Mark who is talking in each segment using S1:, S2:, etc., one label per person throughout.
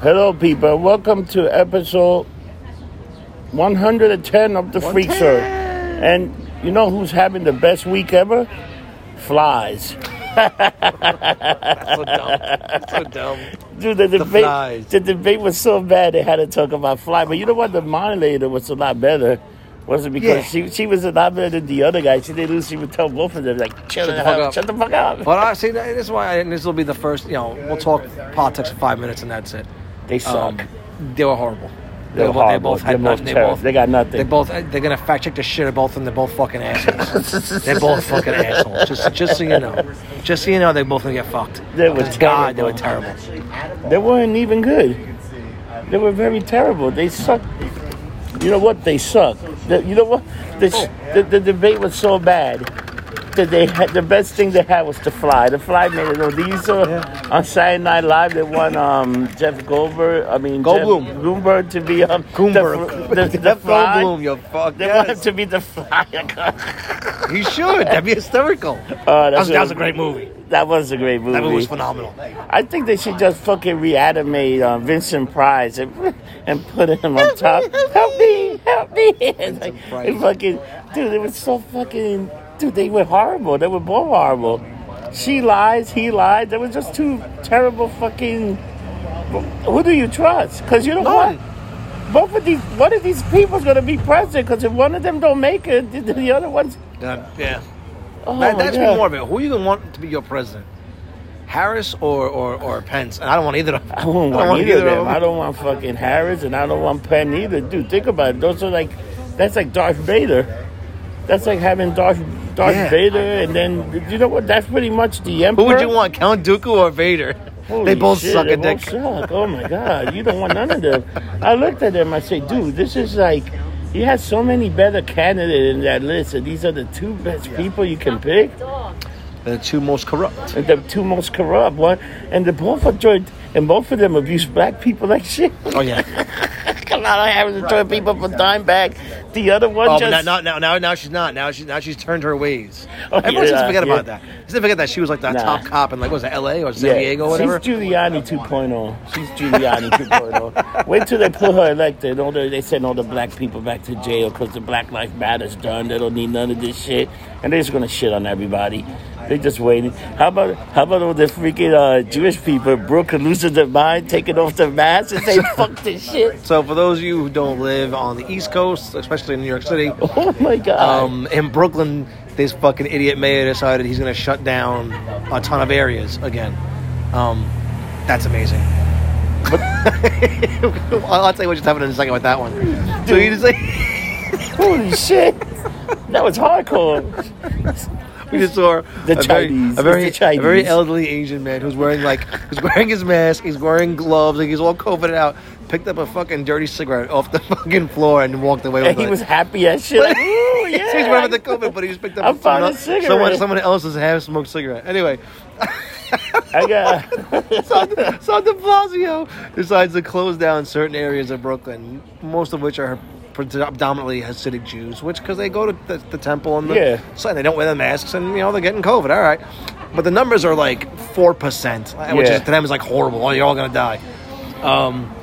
S1: Hello, people. Welcome to episode 110 of The Freak Show. And you know who's having the best week ever? Flies.
S2: so dumb. So dumb.
S1: Dude, the debate,
S2: flies.
S1: the debate was so bad they had to talk about fly. But you know what? The moderator was a lot better. Was it because she she was a lot better than the other guy? She didn't lose. She would tell both of them like, "Chill
S2: Shut the
S1: it
S2: fuck
S1: out.
S2: up."
S1: shut the fuck up."
S2: But I see that this is why and this will be the first. You know, we'll talk politics for five minutes and that's it.
S1: They
S2: Um,
S1: suck.
S2: they were horrible.
S1: They were
S2: bo-
S1: horrible. They're both
S2: nothing.
S1: terrible. They got nothing.
S2: They both. They're gonna fact check the shit out of both, and they're both fucking assholes. they're both fucking assholes. Just, just so you know. Just so you know, they both gonna get fucked.
S1: They were
S2: God, they were
S1: terrible.
S2: terrible.
S1: They weren't even good. They were very terrible. They sucked. You know what? They suck. The- you know what? The, sh- the, the debate was so bad that they had the best thing they had was the fly. The fly made it. over. Did you saw on Saturday Night Live they want um, Jeff Goldberg. I mean Jeff
S2: Goldblum.
S1: Goldberg to be um,
S2: Goldberg.
S1: The, the, the fly.
S2: Goldblum, you fuck.
S1: They want him to be the fly.
S2: He should. That'd be hysterical.
S1: Oh,
S2: that,
S1: that's
S2: was, that was
S1: a-
S2: a great movie.
S1: that was a great movie.
S2: That movie was phenomenal.
S1: I think they should just fucking reanimate uh, Vincent Price and, and put him on top. Help me, help me. And like,
S2: Price.
S1: and fucking, dude, it was so fucking, dude, they were horrible. They were both horrible. She lies, he lies. They were just two terrible fucking. Who do you trust? Because you know
S2: None.
S1: what? Both of these, one of these people's gonna be president. Because if one of them don't make it, the, the other one's.
S2: yeah.
S1: Oh,
S2: That, that's
S1: yeah.
S2: more of it. Who you gonna want to be your president? Harris or, or, or Pence? And I don't want either of them.
S1: I don't want either of them. I
S2: Oh, them.
S1: don't want fucking Harris, and I don't want Penn either. Dude, think about it. Those are like, that's like Darth Vader. That's like having Darth Darth
S2: Yeah.
S1: Vader, and then you know what? That's pretty much the Emperor.
S2: Who would you want, Count Dooku or Vader?
S1: Holy
S2: they both
S1: shit,
S2: suck
S1: they
S2: a dick.
S1: both suck. Oh my god, you don't want none of them. I looked at them. I say, dude, this is like. You had so many better candidates in that list, and these are the two best people you can pick.
S2: They're the two most corrupt.
S1: and The two most corrupt one, and the both are joined, and both of them abuse black people like shit.
S2: Oh yeah.
S1: a lot of having to turn people for dime back. The other one
S2: Oh, but
S1: just
S2: now, now, now, now, now she's not. Now she's now she's turned her ways.
S1: Oh,
S2: Everyone seems
S1: yeah,
S2: to forget
S1: yeah.
S2: about that. Seems to forget that she was like the
S1: Nah.
S2: top cop in like what was it L.A. or San
S1: Yeah,
S2: Diego or whatever.
S1: She's Giuliani 2.0. She's Giuliani 2.0. Wait till they put her elected. All the, they send all the black people back to jail because the Black Life Matter's done. They don't need none of this shit, and they're just gonna shit on everybody. They just waiting. How about how about all the freaking uh, Jewish people? Brooke losing their mind, taking off their mask and saying "fuck this shit."
S2: So for those of you who don't live on the East Coast, especially in New York City,
S1: Oh my god!
S2: um, in Brooklyn, this fucking idiot mayor decided he's going to shut down a ton of areas again. Um, that's amazing. I'll I'll tell you what just happened in a second with that one. So you just like,
S1: Holy shit! That was hardcore.
S2: we just saw
S1: The
S2: a very,
S1: Chinese,
S2: a very,
S1: it's the
S2: a very
S1: Chinese.
S2: elderly Asian man who's wearing like who's wearing his mask, he's wearing gloves, like he's all covered out. Picked up a fucking dirty cigarette off the fucking floor and walked away.
S1: And
S2: with
S1: he
S2: it.
S1: was happy as shit. Like, Ooh,
S2: He's
S1: yeah.
S2: wearing the COVID, but he just picked up
S1: I
S2: a
S1: found a
S2: someone,
S1: cigarette.
S2: someone, someone else's half-smoked cigarette. Anyway,
S1: I got.
S2: so, so de Blasio decides to close down certain areas of Brooklyn, most of which are predominantly Hasidic Jews, which because they go to the, the temple and the,
S1: Yeah.
S2: so they don't wear their masks and you know they're getting COVID. All right, but the numbers are like four percent, which
S1: Yeah.
S2: is, to them is like horrible. Oh, you're all gonna die. Um,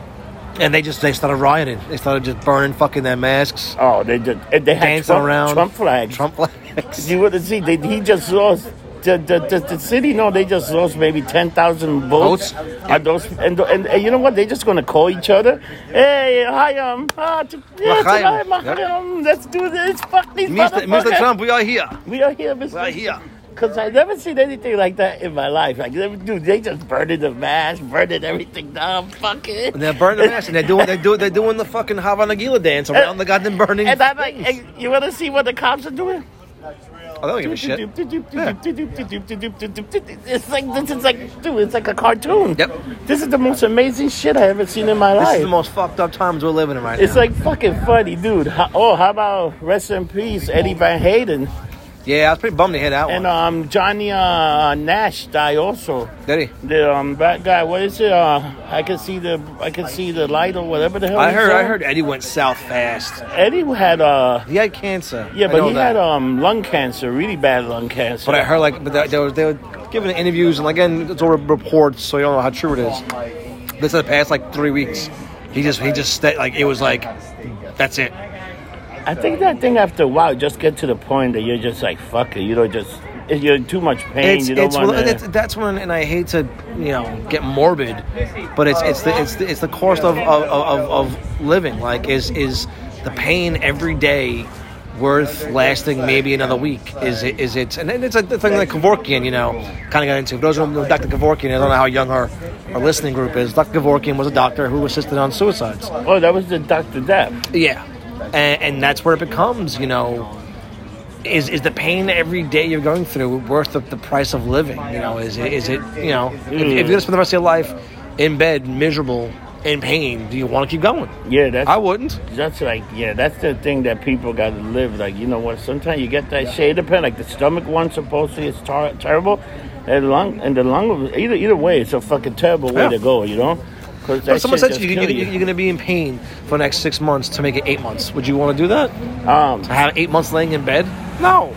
S2: and they just they started rioting. They started just burning fucking their masks,
S1: Oh, they just and they had
S2: dancing
S1: Trump,
S2: around,
S1: Trump flags.
S2: Trump flags.
S1: You would have seen. They, he just lost. The, the, the, the city, no, they just lost maybe 10,000 votes.
S2: Votes?
S1: Are those, and, and, and you know what? They're just going to call each other. Hey, hi, um, ah, t- yeah,
S2: L'chaim.
S1: tonight, L'chaim, let's do this. Fuck these
S2: Mr. Mr.
S1: motherfuckers.
S2: Trump, we are here.
S1: We are here, Mr.
S2: We are here.
S1: Because I never seen anything like that in my life. Like, they- dude, they just burning the mask, burning everything down. Fuck it.
S2: And they're burning the mask, and they're doing they do they're doing the fucking Havana Gila dance around the goddamn burning.
S1: And I'm like, hey, you want to see what the cops are doing?
S2: I don't give a shit.
S1: It's like this is like, dude, it's like a cartoon.
S2: Yep.
S1: This is the most amazing shit I ever seen in my
S2: This is
S1: life.
S2: the most fucked up times we're living in right
S1: it's
S2: now.
S1: like fucking funny, dude. How, oh, how about rest in peace, Eddie Van Hayden
S2: yeah, I was pretty bummed to hear that
S1: and
S2: one.
S1: um Johnny uh, Nash die also.
S2: Did he?
S1: The um that guy, what is it? Uh, I can see the I can see the light or whatever the hell.
S2: I
S1: it's
S2: heard I
S1: on.
S2: heard Eddie went south fast.
S1: Eddie had uh
S2: He had cancer.
S1: yeah,
S2: I
S1: but
S2: know
S1: he had
S2: that.
S1: um lung cancer, really bad lung cancer.
S2: But I heard like but they, they were they were giving interviews and like again it's all reports, so you don't know how true it is. This is the past like three weeks. He just he just sta- like it was like that's it.
S1: I think that thing after a while just get to the point that you're just like fuck it. You don't just you're in too much pain.
S2: It's,
S1: you don't
S2: it's,
S1: want
S2: well, it's that's when and I hate to you know get morbid, but it's it's the it's the, it's the cost of, of, of, of living. Like is is the pain every day worth lasting maybe another week? Is it is it and then it's a thing like Kevorkian, you know, kind of got into. For those who don't know Dr. Kevorkian, I don't know how young her our listening group is. Dr. Kevorkian was a doctor who assisted on suicides.
S1: Oh, that was the Doctor Death.
S2: Yeah, and, and that's where it becomes, you know, is is the pain every day you're going through worth the, the price of living? You know, is it, is it you know, if, if you're gonna spend the rest of your life in bed, miserable, in pain, do you want to keep going?
S1: Yeah, that's
S2: I wouldn't.
S1: that's like yeah, that's the thing that people got to live. Like you know what? Sometimes you get that shade of pain, like the stomach one supposedly is tar- terrible, and the lung and the lung. Either either way, it's a fucking terrible way
S2: Yeah.
S1: to go. You know, because
S2: If someone says you, you, you, you're gonna be in pain for the next six months to make it eight months. Would you want to do that?
S1: Um,
S2: To have eight months laying in bed? No.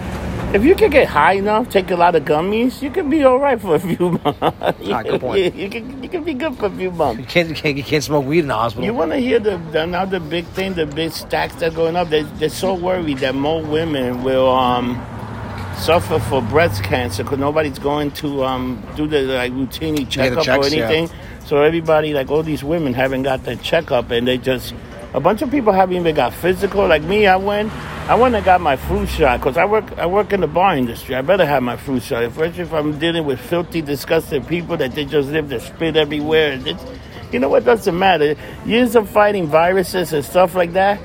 S1: if you can get high enough, take a lot of gummies, you can be all right for a few months.
S2: Ah, good point.
S1: You, you can you can be good for a few months.
S2: You can't, you can't, you can't smoke weed in the hospital.
S1: You want to hear the, the now the big thing, the big stacks that are going up. They they're so worried that more women will um suffer for breast cancer because nobody's going to um do the like routine
S2: the
S1: checkup
S2: checks,
S1: or
S2: yeah.
S1: anything. So everybody like all these women haven't got their checkup and they just a bunch of people haven't even got physical. Like me, I went. I went and got my flu shot because I work. I work in the bar industry. I better have my flu shot, especially if I'm dealing with filthy, disgusting people that they just live to spit everywhere. And it's, you know what? Doesn't matter. Years of fighting viruses and stuff like that.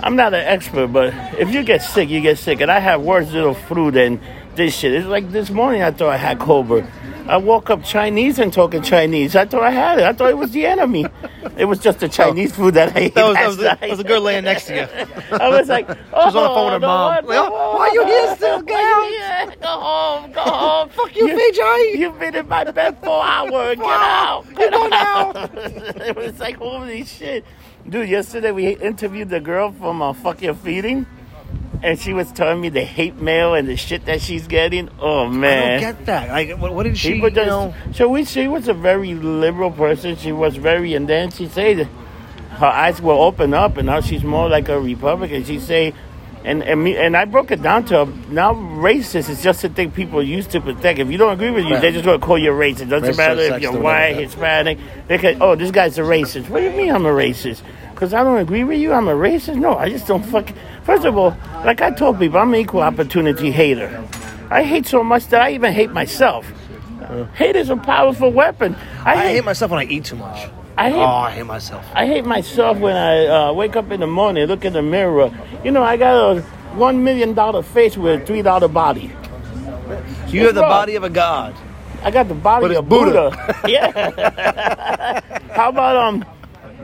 S1: I'm not an expert, but if you get sick, you get sick. And I have worse little flu than this shit. It's like this morning I thought I had COVID. I woke up Chinese and talking Chinese. I thought I had it. I thought it was the enemy. It was just the Chinese food that I ate.
S2: That was, that,
S1: last
S2: was, that
S1: night.
S2: was a girl laying next to you.
S1: I was like, oh,
S2: was on the phone with her mom. Like, oh, why you here still,
S1: Why you here? Go home, go home. Fuck you,
S2: VJ.
S1: You've been in my bed for an hour. Get out. Get
S2: go
S1: out. it was like, holy shit. Dude, yesterday we interviewed the girl from uh, Fuck Your Feeding. And she was telling me the hate mail and the shit that she's getting. Oh
S2: I
S1: man,
S2: don't get that. Like, what, what did she?
S1: people
S2: you
S1: just
S2: know,
S1: so we she was a very liberal person. She was very and then she said her eyes will open up and now she's more like a Republican. She say and and me and I broke it down to her, now racist is just a thing people used to protect. If you don't agree with you,
S2: Right.
S1: they're just gonna call you racist. It doesn't
S2: Racist,
S1: matter if
S2: sexist,
S1: you're
S2: whatever,
S1: white,
S2: yeah.
S1: Hispanic, they can oh this guy's a racist. What do you mean I'm a racist? Because I don't agree with you, I'm a racist? No, I just don't fuck first of all, like I told people, I'm an equal opportunity hater. I hate so much that I even hate myself. Hate is a powerful weapon. I
S2: I
S1: hate,
S2: hate myself when I eat too much.
S1: I hate-
S2: oh, I hate myself.
S1: I hate myself when I uh, wake up in the morning, look in the mirror. You know, I got a one million dollar face with a three dollar body.
S2: You have the
S1: wrong?
S2: body of a god.
S1: I got the body
S2: But it's
S1: of Buddha. yeah. how about um,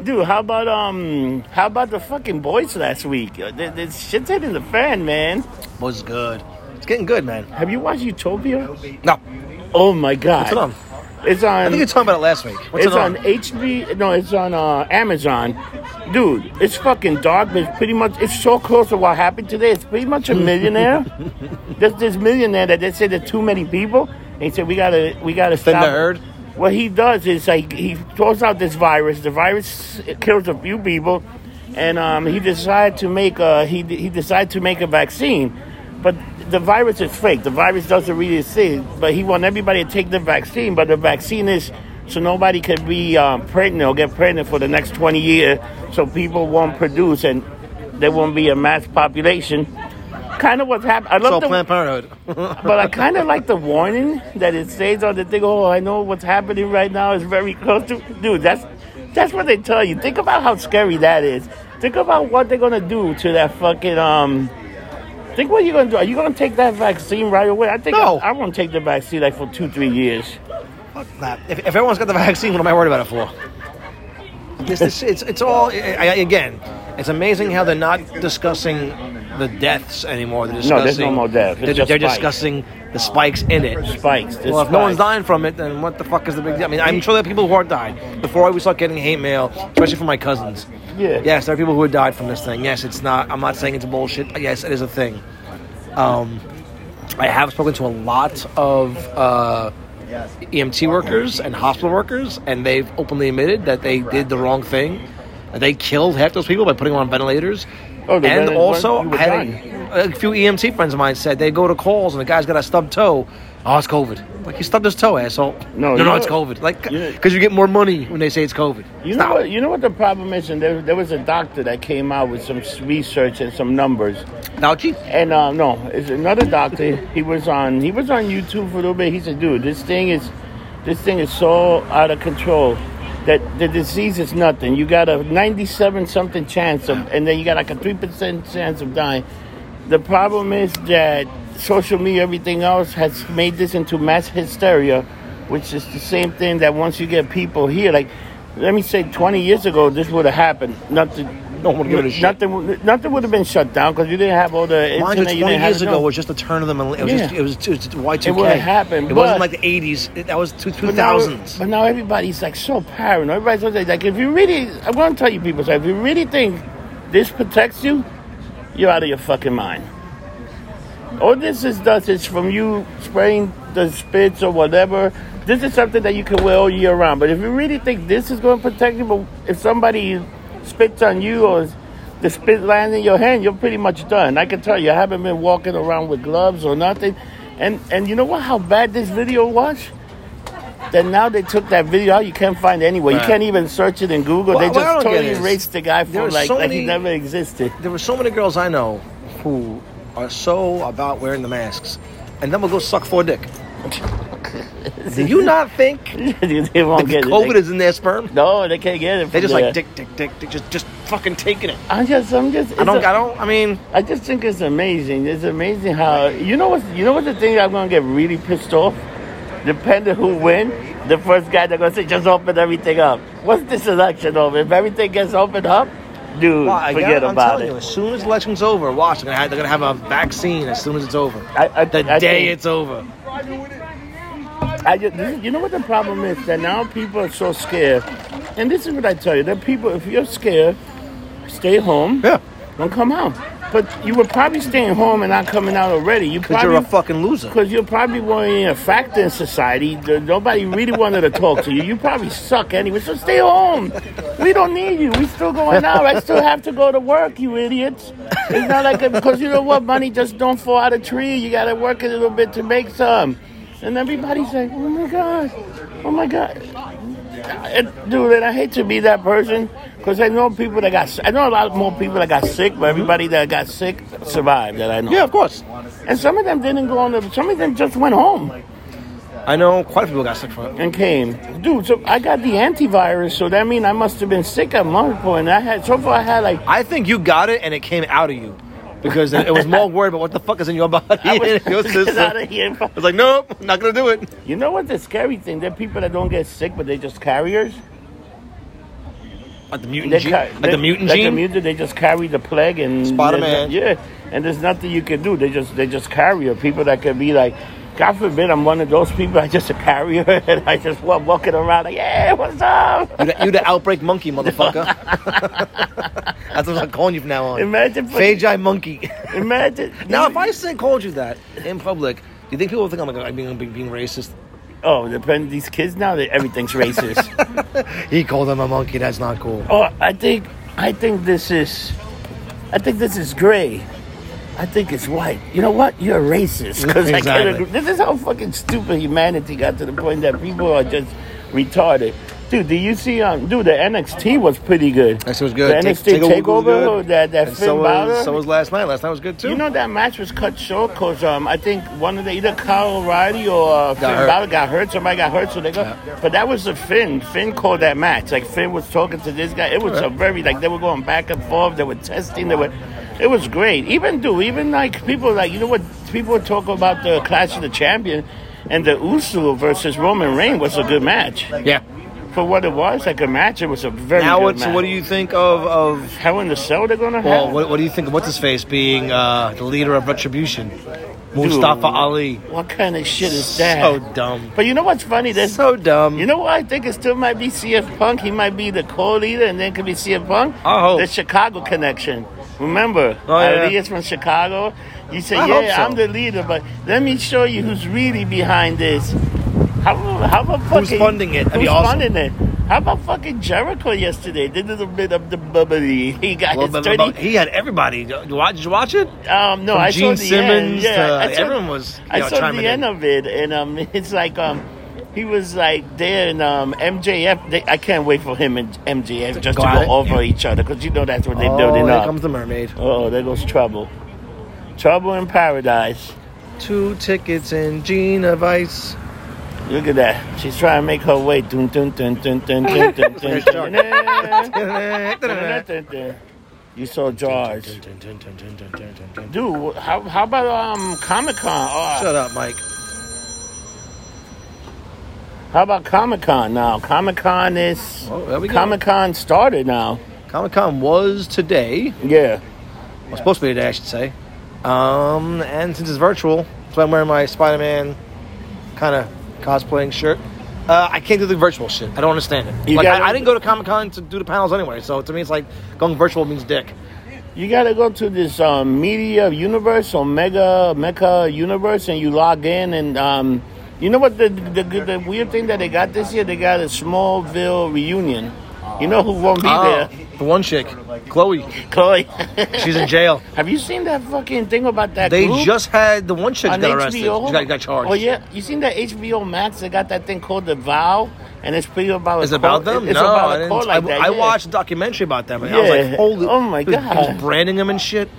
S1: dude? How about um? How about the fucking boys last week? Uh, th- This shit's hitting the fan, man.
S2: Was good. It's getting good, man.
S1: Have you watched Utopia?
S2: No,
S1: Oh my god!
S2: what's it on?
S1: It's on.
S2: I think you were talking about it last week. What's
S1: it's
S2: it
S1: on? HB. No, it's on uh, Amazon. Dude, it's fucking dark, but it's pretty much. It's so close to what happened today. It's pretty much a millionaire. There's this millionaire that they said there's too many people. And he said we gotta, we gotta
S2: Thin the
S1: stop.
S2: herd?
S1: What he does is like he throws out this virus. The virus kills a few people, and um, he decided to make a he he decided to make a vaccine, but the virus is fake. The virus doesn't really exist. But he want everybody to take the vaccine. But the vaccine is so nobody can be um, pregnant or get pregnant for the next twenty years. So people won't produce, and there won't be a mass population. Kind of what's happened. I
S2: It's
S1: love
S2: all
S1: the
S2: Planned Parenthood.
S1: but I kind of like the warning that it says on the thing. Oh, I know what's happening right now is very close to. Dude, that's that's what they tell you. Think about how scary that is. Think about what they're gonna do to that fucking um. Think what you're gonna do. Are you gonna take that vaccine right away? I think
S2: No.
S1: I, I won't take the vaccine like for two, three years.
S2: Fuck that. If, if everyone's got the vaccine, what am I worried about it for? This, this, it's, it's all, I, I, again, it's amazing how they're not discussing the deaths anymore. They're discussing,
S1: no more death. It's
S2: They're,
S1: just
S2: they're
S1: spikes.
S2: discussing the spikes in it.
S1: Spikes. This
S2: Well, if no one's
S1: spike.
S2: dying from it, then what the fuck is the big deal? I mean, I'm sure there are people who are dying. Before we start getting hate mail, especially from my cousins.
S1: Yeah.
S2: Yes, there are people who have died from this thing. Yes, it's not. I'm not saying it's bullshit. Yes, it is a thing. Um, I have spoken to a lot of uh, EMT workers and hospital workers, and they've openly admitted that they did the wrong thing. They killed half those people by putting them on ventilators.
S1: Oh, the
S2: and
S1: ventilators
S2: also,
S1: weren't- you were
S2: had
S1: dying.
S2: a, a few EMT friends of mine said they go to calls and the guy's got a stubbed toe. Oh, it's COVID. Like, you stubbed his toe, asshole.
S1: No,
S2: no,
S1: you know-
S2: it's COVID. Like,
S1: you-
S2: because you get more money when they say it's COVID.
S1: You
S2: Stop.
S1: know, what, you know what the problem is, and there, there was a doctor that came out with some s- research and some numbers.
S2: Now, gee,
S1: And uh, no, it's another doctor. He was on he was on YouTube for a little bit. He said, "Dude, this thing is this thing is so out of control that the disease is nothing. You got a 97 something chance of, and then you got like a three percent chance of dying. The problem is that social media, everything else, has made this into mass hysteria, which is the same thing that once you get people here, like." Let me say, 20 years ago, this would have happened. Nothing.
S2: No one would give a shit.
S1: Nothing. would- Nothing would have been shut down because you didn't have all the
S2: Mind you,
S1: internet, you
S2: 20
S1: didn't have
S2: years
S1: to
S2: ago
S1: know.
S2: was just the turn of the millennium. It was, just,
S1: Yeah.
S2: it was, it was just Y2K.
S1: It would've happened,
S2: It wasn't
S1: but-
S2: like the 80s. It- that was two,
S1: But now-
S2: 2000s.
S1: But now everybody's like so paranoid. Everybody's always like, if you really, I want to tell you people, so if you really think this protects you, you're out of your fucking mind. All Oh, this is does is from you spraying the spits or whatever. This is something that you can wear all year round. But if you really think this is going to protect you, but if somebody spits on you or the spit lands in your hand, you're pretty much done. I can tell you, I haven't been walking around with gloves or nothing. And and you know what? How bad this video was. That now they took that video out. You can't find it anywhere.
S2: Right.
S1: You can't even search it in Google.
S2: Well,
S1: they
S2: what I don't
S1: just
S2: get
S1: totally
S2: is
S1: erased the guy
S2: there
S1: for
S2: are
S1: like,
S2: so
S1: like he
S2: many-
S1: never existed.
S2: there were so many girls I know who are so about wearing the masks, and then will go suck for a dick. Do you not think
S1: they won't get it.
S2: COVID
S1: They-
S2: is in their sperm?
S1: No, they can't get it.
S2: They just
S1: from
S2: like
S1: there.
S2: dick, dick, dick, dick, just, just fucking taking it.
S1: I just, I'm just.
S2: I don't,
S1: got.
S2: I don't. I mean,
S1: I just think it's amazing. It's amazing how you know what you know what the thing I'm gonna get really pissed off. Depending who win, the first guy they're gonna say just open everything up. What's this election over? If everything gets opened up, dude,
S2: why- I
S1: forget
S2: gotta- I'm
S1: about
S2: telling you,
S1: it.
S2: as soon as the election's over, watch. They're gonna have, they're gonna have a vaccine as soon as it's over.
S1: I, I,
S2: The
S1: I
S2: day
S1: think-
S2: it's over.
S1: I ju- this is- you know what the problem is that now people are so scared, and this is what I tell you: that people, if you're scared, stay home.
S2: Yeah.
S1: Don't come out. But you were probably staying home and not coming out already. You
S2: Because
S1: probably
S2: you're a fucking loser.
S1: because you're probably weren't a factor in society. The- Nobody really wanted to talk to you. You probably suck anyway. So stay home. We don't need you. We still going out. I still have to go to work. You idiots. It's not like because you know what, money just don't fall out of tree. You got to work a little bit to make some. And everybody's like, oh my god, oh my god. And, dude, and I hate to be that person because I know people that got, I know a lot more people that got sick, but everybody that got sick survived that I know.
S2: Yeah, of course.
S1: And some of them didn't go on the, some of them just went home
S2: I know quite a few people got sick from it.
S1: and came. Dude, so I got the antivirus, so that mean I must have been sick at one point. I had, so far I had like,
S2: I think you got it and it came out of you because it was more worried about what the fuck is in your body.
S1: I was,
S2: and your
S1: get
S2: system.
S1: out of here.
S2: I was like, nope, not gonna do it.
S1: You know what the scary thing? There are people that don't get sick, but they just carriers.
S2: Like the mutant
S1: They
S2: gene,
S1: ca-
S2: like
S1: they-
S2: the mutant
S1: like The
S2: gene.
S1: mutant, they just carry the plague and
S2: Spider-Man.
S1: Yeah, and there's nothing you can do. They just they just carrier people that can be like, God forbid, I'm one of those people. I just a carrier, and I just walk walking around like, yeah, what's up?
S2: you, the, you the outbreak monkey, motherfucker. That's what I'm calling you from now on.
S1: Imagine, fucking-
S2: Phagi monkey.
S1: imagine.
S2: now, if I said called you that in public, do you think people would think I'm like I'm being, being, being racist?
S1: Oh, depend these kids now that everything's racist.
S2: He called him a monkey. That's not cool.
S1: oh, I think I think this is I think this is gray. I think it's white. You know what? You're a racist because I can't
S2: Exactly.
S1: agree. This is how fucking stupid humanity got to the point that people are just retarded. Dude, do you see? Um, dude, the NXT was pretty good.
S2: That shit was good.
S1: The
S2: Take-
S1: NXT
S2: Takeover was
S1: takeover,
S2: good.
S1: that that
S2: And
S1: Finn
S2: so
S1: Balor.
S2: was, so was last night. Last night was good too.
S1: You know that match was cut short because um, I think one of the either Kyle O'Reilly or uh, Finn
S2: hurt.
S1: Balor got hurt. Somebody got hurt, so they go. But that was the Finn. Finn called that match. Like Finn was talking to this guy. It was a very like they were going back and forth. They were testing. They were. It was great. Even do even like people like you know what people talk about the Clash of the Champion, and the Usu versus Roman Reigns was a good match
S2: yeah.
S1: for what it was. Like a match, it was a very
S2: Now,
S1: good
S2: what's,
S1: match.
S2: what do you think of of
S1: Hell in the Cell they're gonna
S2: Well,
S1: have?
S2: what, what do you think of what's his face being uh, the leader of Retribution, Mustafa Ali?
S1: What kind of shit is that?
S2: So dumb.
S1: But you know what's funny? There's
S2: So dumb.
S1: You know what? I think it still might be CF Punk. He might be the co-leader, and then could be CF Punk.
S2: I hope.
S1: the Chicago connection. Remember,
S2: Oh, yeah.
S1: Ali is from Chicago. You say,
S2: I hope
S1: "Yeah,
S2: so.
S1: I'm the leader," but let me show you who's really behind this. How, how about fucking
S2: Who's funding it? That'd be
S1: who's
S2: awesome.
S1: funding it? How about fucking Jericho yesterday? Did a little bit of the bubbly. He got
S2: Well,
S1: his
S2: but-
S1: 30.
S2: but he had everybody. Did you watch, did you watch it?
S1: um, no,
S2: From
S1: I
S2: Gene
S1: saw the
S2: Simmons
S1: end. Yeah,
S2: to-
S1: I saw,
S2: everyone was, you
S1: I
S2: know,
S1: saw
S2: chiming
S1: the end
S2: in.
S1: of it, and um, it's like um, he was like there, and um, MJF. They, I can't wait for him and MJF just
S2: go
S1: to
S2: at it?
S1: go over each other because you know that's what they're
S2: oh,
S1: building
S2: here
S1: up.
S2: comes the mermaid.
S1: oh, there goes trouble. Trouble in paradise.
S2: Two tickets and Gina Vice.
S1: Look at that. She's trying to make her way. Dun, dun, dun, dun, dun, dun, dun, dun, dun, dun. You saw Jaws.
S2: Shut
S1: Dude, how, how about um Comic Con? Oh,
S2: up, Mike.
S1: how about Comic Con now? Comic Con is
S2: Oh, there we go.
S1: Comic Con started now.
S2: Comic Con was today.
S1: Yeah.
S2: Well, supposed to be today, I should say. Um, and since it's virtual, so I'm wearing my Spider-Man kind of cosplaying shirt. Uh, I can't do the virtual shit. I don't understand it.
S1: You
S2: Like,
S1: gotta-
S2: I, I didn't go to Comic Con to do the panels anyway, so to me, it's like going virtual means dick.
S1: You gotta go to this um, media universe or mega mecca universe, and you log in, and um, you know what the, the the weird thing that they got this year? They got a Smallville reunion. You know who won't be there?
S2: Oh, The one chick, Chloe,
S1: Chloe.
S2: she's in jail.
S1: Have you seen that fucking thing about that?
S2: They
S1: group?
S2: just had the one chick
S1: on
S2: got
S1: HBO.
S2: arrested. She got, got charged.
S1: Oh yeah, you seen that HBO Max? They got that thing called The Vow, and it's pretty about. a
S2: Is it about
S1: call-
S2: them?
S1: It's
S2: no,
S1: about
S2: I,
S1: a
S2: didn't,
S1: call like
S2: I,
S1: that,
S2: I
S1: yeah.
S2: watched a documentary about them. And I was
S1: Yeah.
S2: like, holy,
S1: Oh, my
S2: he was- he
S1: God.
S2: was branding them and shit.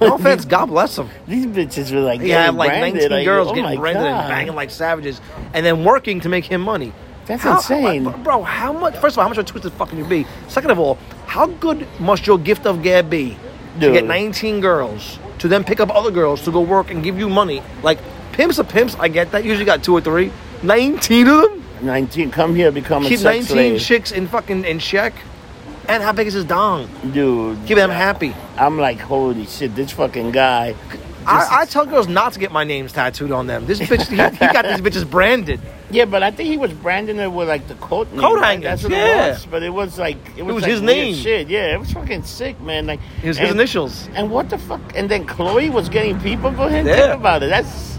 S2: No offense, God bless them.
S1: These bitches were like,
S2: He had
S1: getting
S2: like
S1: branded,
S2: 19
S1: like,
S2: girls
S1: oh my
S2: getting branded
S1: God.
S2: and banging like savages, and then working to make him money.
S1: That's
S2: How-
S1: insane.
S2: like, bro. How much? First of all, how much of a twisted fucking you be? Second of all, how good must your gift of gab be to
S1: Dude.
S2: get 19 girls to then pick up other girls to go work and give you money? Like pimps are pimps. I get that. Usually got two or three. 19 of them.
S1: Nineteen, come here, become a
S2: Keep
S1: sex
S2: 19
S1: slave.
S2: chicks in fucking in check. And how big is his dong?
S1: dude.
S2: Keep them happy.
S1: I'm like, holy shit, this fucking guy.
S2: I, I tell girls not to get my names tattooed on them. This bitch, he, he got these bitches branded.
S1: Yeah, but I think he was branding it with like the coat name.
S2: Coat
S1: right? That's
S2: hangers,
S1: what
S2: yeah.
S1: it was. But it was like it was,
S2: was
S1: like
S2: his
S1: weird
S2: name.
S1: Shit, yeah, it was fucking sick, man. Like
S2: His, his
S1: and-
S2: initials.
S1: And what the fuck? And then Chloe was getting people for him.
S2: Yeah.
S1: Think about it. That's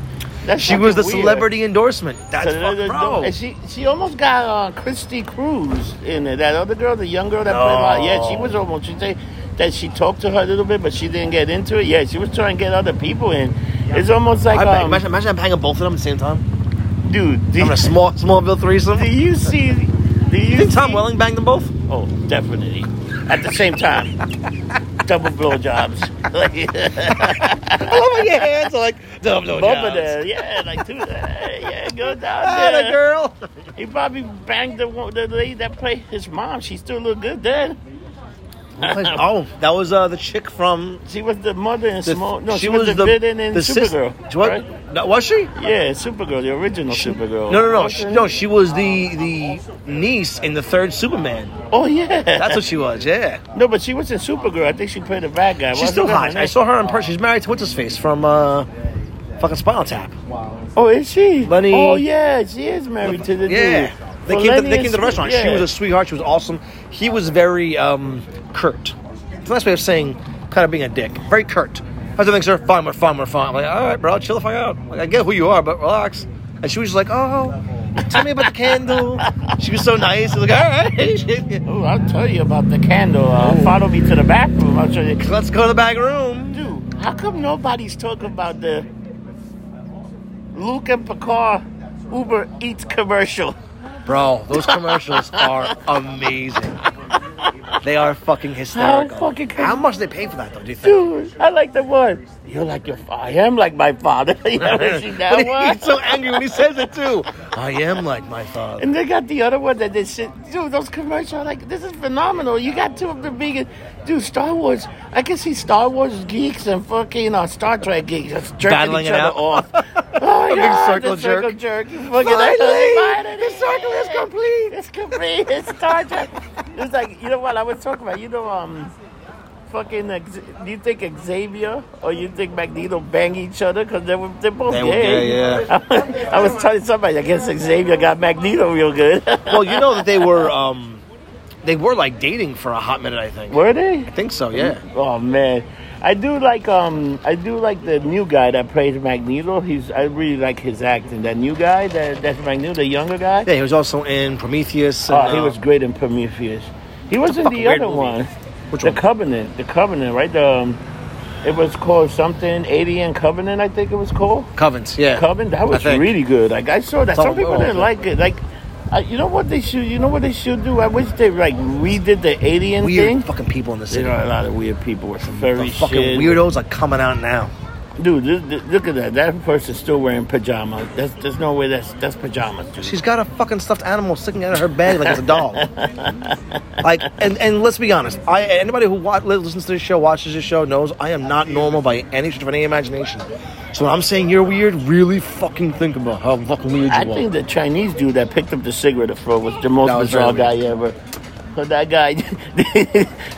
S1: that's
S2: She was the
S1: fucking weird.
S2: celebrity endorsement. That's
S1: So there's
S2: fuck,
S1: a-
S2: bro.
S1: And she she almost got uh, Christy Cruz in it. That other girl, the young girl that played.
S2: No.
S1: Uh, yeah, she was almost. She say that she talked to her a little bit, but she didn't get into it. Yeah, she was trying to get other people in. It's almost like,
S2: I bang,
S1: um,
S2: imagine, imagine I'm hanging both of them at the same time.
S1: dude, do,
S2: I'm in a small Smallville threesome.
S1: do you see? Do you
S2: Did Tom
S1: see-
S2: Welling bang them both?
S1: Oh, definitely. At the same time, double blowjobs.
S2: Oh, my hands are like double
S1: Over there, yeah, like two. Yeah, go down
S2: That a
S1: there.
S2: Ah, girl.
S1: He probably banged the wo- the lady that played his mom. She still looked good then.
S2: oh, that was uh, the chick from.
S1: She was the mother in
S2: The,
S1: Small. No, she, was, the villain in
S2: sis-
S1: Supergirl.
S2: what?
S1: right?
S2: No, was she?
S1: Yeah, Supergirl, the original Supergirl.
S2: No, no, no,
S1: What's
S2: she,
S1: her
S2: no.
S1: name?
S2: She was the the niece in the third Superman.
S1: Oh yeah,
S2: That's what she was. Yeah,
S1: no, but she was in Supergirl. I think she played a bad guy.
S2: she's
S1: Wasn't
S2: still
S1: that
S2: hot.
S1: her
S2: I
S1: name?
S2: saw her in person. She's married to what's his face from uh, fucking Spinal Tap.
S1: Oh, is she?
S2: Lenny-
S1: Oh yeah, she is married to the
S2: Yeah.
S1: dude.
S2: They
S1: Well,
S2: came, to,
S1: Lenny
S2: they came
S1: is-
S2: to the restaurant. She
S1: yeah.
S2: was a sweetheart. She was awesome. He was very um, curt. It's the nice way of saying kind of being a dick. Very curt. How's everything, sir? Fine, we're fine, we're fine. I'm like, all right, bro, chill the fuck out. Like, I get who you are, but relax. And she was just like, oh, tell me about the candle. She was so nice. I was like, all right.
S1: Oh, I'll tell you about the candle. Uh,
S2: Oh.
S1: Follow me to the bathroom. I'll show you.
S2: Let's go to the back room.
S1: Dude, how come nobody's talking about the Luke and Picard Uber Eats commercial?
S2: Bro, those commercials are amazing. They are fucking hysterical.
S1: fucking
S2: How much they pay for that, though, do you think?
S1: Dude, I like the one. You're like your. fa- I am like my father. you ever seen that
S2: But
S1: one?
S2: he's so angry when he says it too. I am like my father.
S1: And they got the other one that they said, dude, those commercials are like, this is phenomenal. You got two of the biggest, dude, Star Wars. I can see Star Wars geeks and fucking uh, Star Trek geeks just jerking
S2: Battling
S1: each
S2: it
S1: other
S2: out.
S1: off. Oh,
S2: A big
S1: yeah,
S2: circle
S1: the
S2: jerk.
S1: circle jerk. You fucking-
S2: Finally!
S1: The
S2: circle is complete.
S1: It's complete. It's Star Trek. It's like, you know what I was talking about? You know, um, fucking, Ex- do you think Xavier or you think Magneto bang each other? Because they were, they're both
S2: They were gay,
S1: yeah. I was telling somebody, I guess Xavier got Magneto real good.
S2: Well, you know that they were um, they were like dating for a hot minute. I think.
S1: Were they?
S2: I think so. Yeah.
S1: Oh man, I do like um I do like the new guy that plays Magneto. He's I really like his acting. That new guy that that's Magneto, the younger guy.
S2: Yeah, he was also in Prometheus.
S1: Oh,
S2: and,
S1: he
S2: uh,
S1: was great in Prometheus. He was in
S2: fucking
S1: the
S2: weird
S1: other
S2: movie.
S1: one,
S2: Which
S1: the
S2: one?
S1: Covenant. The Covenant, right? The um, it was called something Alien Covenant, I think it was called.
S2: Covens. Yeah,
S1: Covenant. That was
S2: think.
S1: really good. Like I saw that.
S2: It's all
S1: Some people
S2: well,
S1: didn't
S2: yeah.
S1: like it. Like. I, you know what they should? You know what they should do? I wish they like redid the alien
S2: weird
S1: thing.
S2: fucking people in the
S1: There
S2: city.
S1: are a lot of weird people with some
S2: the
S1: furry
S2: fucking
S1: shit.
S2: weirdos are coming out now.
S1: Dude, this, this- look at that. That person's still wearing pajamas. That's, there's no way that's that's pajamas, dude.
S2: She's got a fucking stuffed animal sticking out of her bag like it's a dog. like, and, and let's be honest. I anybody who wa- li- listens to this show, watches this show, knows I am not normal by any stretch of any imagination. So when I'm saying you're weird, really fucking think about how fucking weird you
S1: I
S2: are.
S1: think the Chinese dude that picked up the cigarette for was the most
S2: That was
S1: bizarre guy
S2: very
S1: ever. But that guy,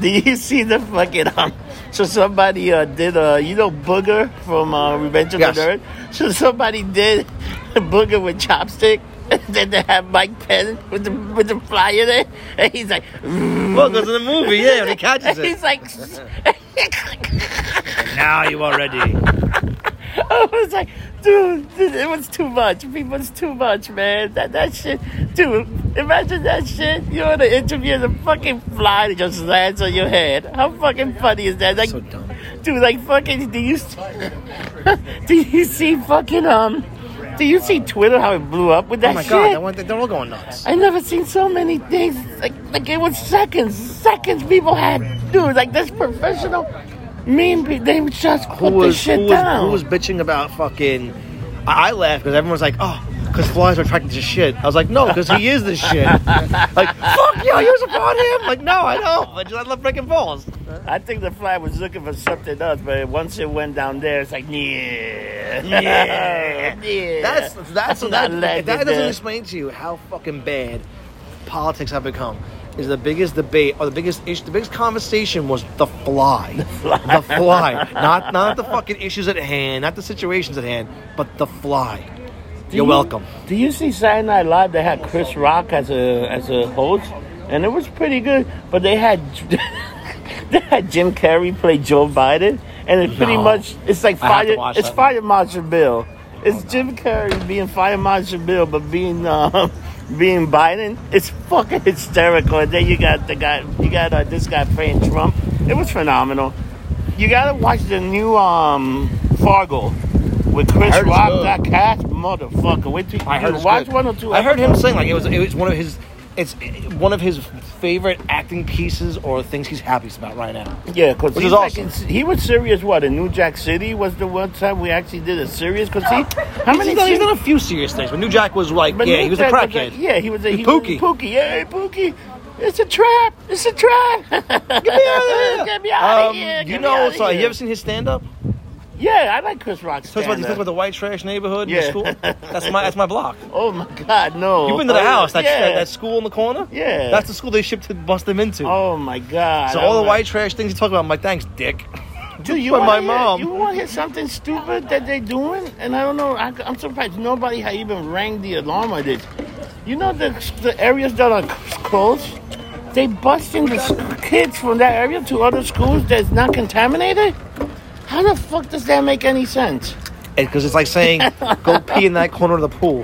S1: did you see the fucking um? So somebody uh, did uh, you know Booger from uh, Revenge of
S2: Yes.
S1: the Nerd. So somebody did Booger with chopstick. And then they have Mike Penn with the with the flyer there, and he's like,
S2: Well, goes in the movie, yeah, when he catches
S1: he's
S2: it.
S1: like.
S2: now you are ready.
S1: I was like, dude, dude, it was too much. People, it's too much, man. That that shit, dude. Imagine that shit. You're in an interview, the fucking fly that just lands on your head. How fucking funny is that? Like,
S2: So dumb.
S1: dude, like fucking. Do you see, do you see fucking um? Do you see Twitter how it blew up with that
S2: Oh my
S1: shit?
S2: god, they went, they're all going nuts.
S1: I never seen so many things. Like, like it was seconds, seconds. People had, dude, like this professional. Mean, pe- they just
S2: Who
S1: put
S2: was,
S1: this shit
S2: who, was,
S1: down.
S2: who was bitching about fucking? I, I laughed because everyone's like, oh, because flies are attracted to shit. I was like, no, because he is this shit. like, fuck yo, you support him? Like, no, I don't. I just I love breaking balls.
S1: I think the fly was looking for something else, but once it went down there, it's like, yeah,
S2: Yeah.
S1: yeah.
S2: That's that's
S1: I'm
S2: that,
S1: not laughing
S2: that doesn't
S1: there.
S2: explain to you how fucking bad politics have become. Is the biggest debate or the biggest issue? The biggest conversation was the fly, the fly, not not the fucking issues at hand, not the situations at hand, but the fly.
S1: Do
S2: You're
S1: you-
S2: welcome.
S1: Do you see Saturday Night Live? They had Chris Rock as a as a host, and it was pretty good. But they had they had Jim Carrey play Joe Biden, and it pretty
S2: No.
S1: much it's like
S2: I have to
S1: fire.
S2: watch
S1: It's
S2: that.
S1: fire marshal Bill. It's Jim Carrey being fire marshal Bill, but being um, being Biden. It's fucking hysterical. And then you got the guy. You got uh, this guy playing Trump. It was phenomenal. You gotta watch the new um Fargo with Chris
S2: heard it's
S1: Rock.
S2: good.
S1: That cast motherfucker. Wait till
S2: I heard
S1: dude,
S2: it's
S1: watch
S2: good.
S1: one or two.
S2: I heard him
S1: episodes.
S2: sing like it was it was one of his it's one of his favorite acting pieces or things he's happiest about right now.
S1: Yeah, because
S2: Which
S1: he's
S2: is
S1: like
S2: awesome.
S1: in, he was serious. What in New Jack City was the one time we actually did a serious. Because he, how many?
S2: He's done, he's
S1: serious-
S2: done a few serious things, but New Jack was like,
S1: but
S2: yeah,
S1: New
S2: he was a
S1: Jack
S2: crackhead.
S1: yeah, he was a he
S2: Pookie.
S1: Was Pookie, yeah, hey, Pookie. It's a trap. It's a trap. Get me out of
S2: Yeah.
S1: Get me out
S2: Um,
S1: of here.
S2: You
S1: Get me
S2: know,
S1: outta
S2: so
S1: here.
S2: you ever seen his stand up?
S1: Yeah, I like Chris Rock.
S2: Talks about, he talks about the white trash neighborhood in the
S1: Yeah.
S2: school. That's my that's my block.
S1: Oh my God, no!
S2: You've been to the
S1: Oh,
S2: house, that,
S1: yeah.
S2: that, that school in the corner?
S1: Yeah.
S2: That's the school they shipped to bust them into.
S1: oh my God!
S2: so all
S1: I'm
S2: the
S1: like-
S2: white trash things he talked about, I'm like, thanks, dick.
S1: Dude, you
S2: But
S1: wanna
S2: my
S1: hear-
S2: mom-
S1: You want to hear something stupid that they're doing? And I don't know. I, I'm surprised nobody had even rang the alarm on this. You know the the areas that are c- closed. They busting the s- kids from that area to other schools that's not contaminated. How the fuck does that make any sense?
S2: Because it's like saying, go pee in that corner of the pool.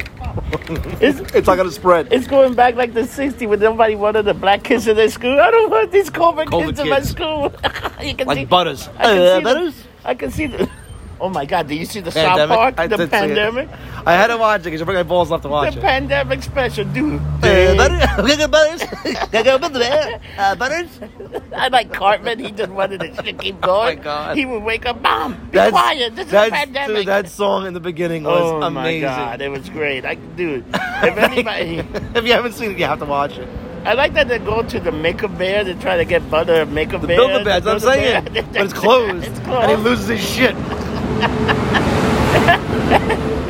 S1: It's
S2: It's not going to spread.
S1: it's going back like the '60s when nobody wanted the black kids in their school. I don't want these COVID,
S2: COVID
S1: kids in my
S2: kids.
S1: school. you can see,
S2: Like butters.
S1: I can
S2: Uh,
S1: see the-
S2: butters?
S1: I can see the. Oh my God! Did you see the
S2: Pandemic.
S1: South
S2: I
S1: Park? The
S2: did see it.
S1: pandemic.
S2: I had to watch it because I forgot balls left to watch
S1: the
S2: it.
S1: pandemic special, dude.
S2: Uh, butter- Gotta go butters. Gotta go butters. Uh, butters.
S1: I like Cartman. He just wanted it to keep
S2: Oh my
S1: going.
S2: God.
S1: He would wake up, Mom, be quiet. This is a
S2: that's-
S1: pandemic.
S2: Dude, that song in the beginning was
S1: oh
S2: amazing.
S1: my God, it was great. I, dude, if anybody,
S2: if you haven't seen it, you have to watch it.
S1: I like that they go to the Make a Bear to try to get butter. and Make a Bear.
S2: Build the bed, that's what I'm saying.
S1: Build-A-Bear.
S2: but it's closed.
S1: It's
S2: And he
S1: closed.
S2: loses his shit.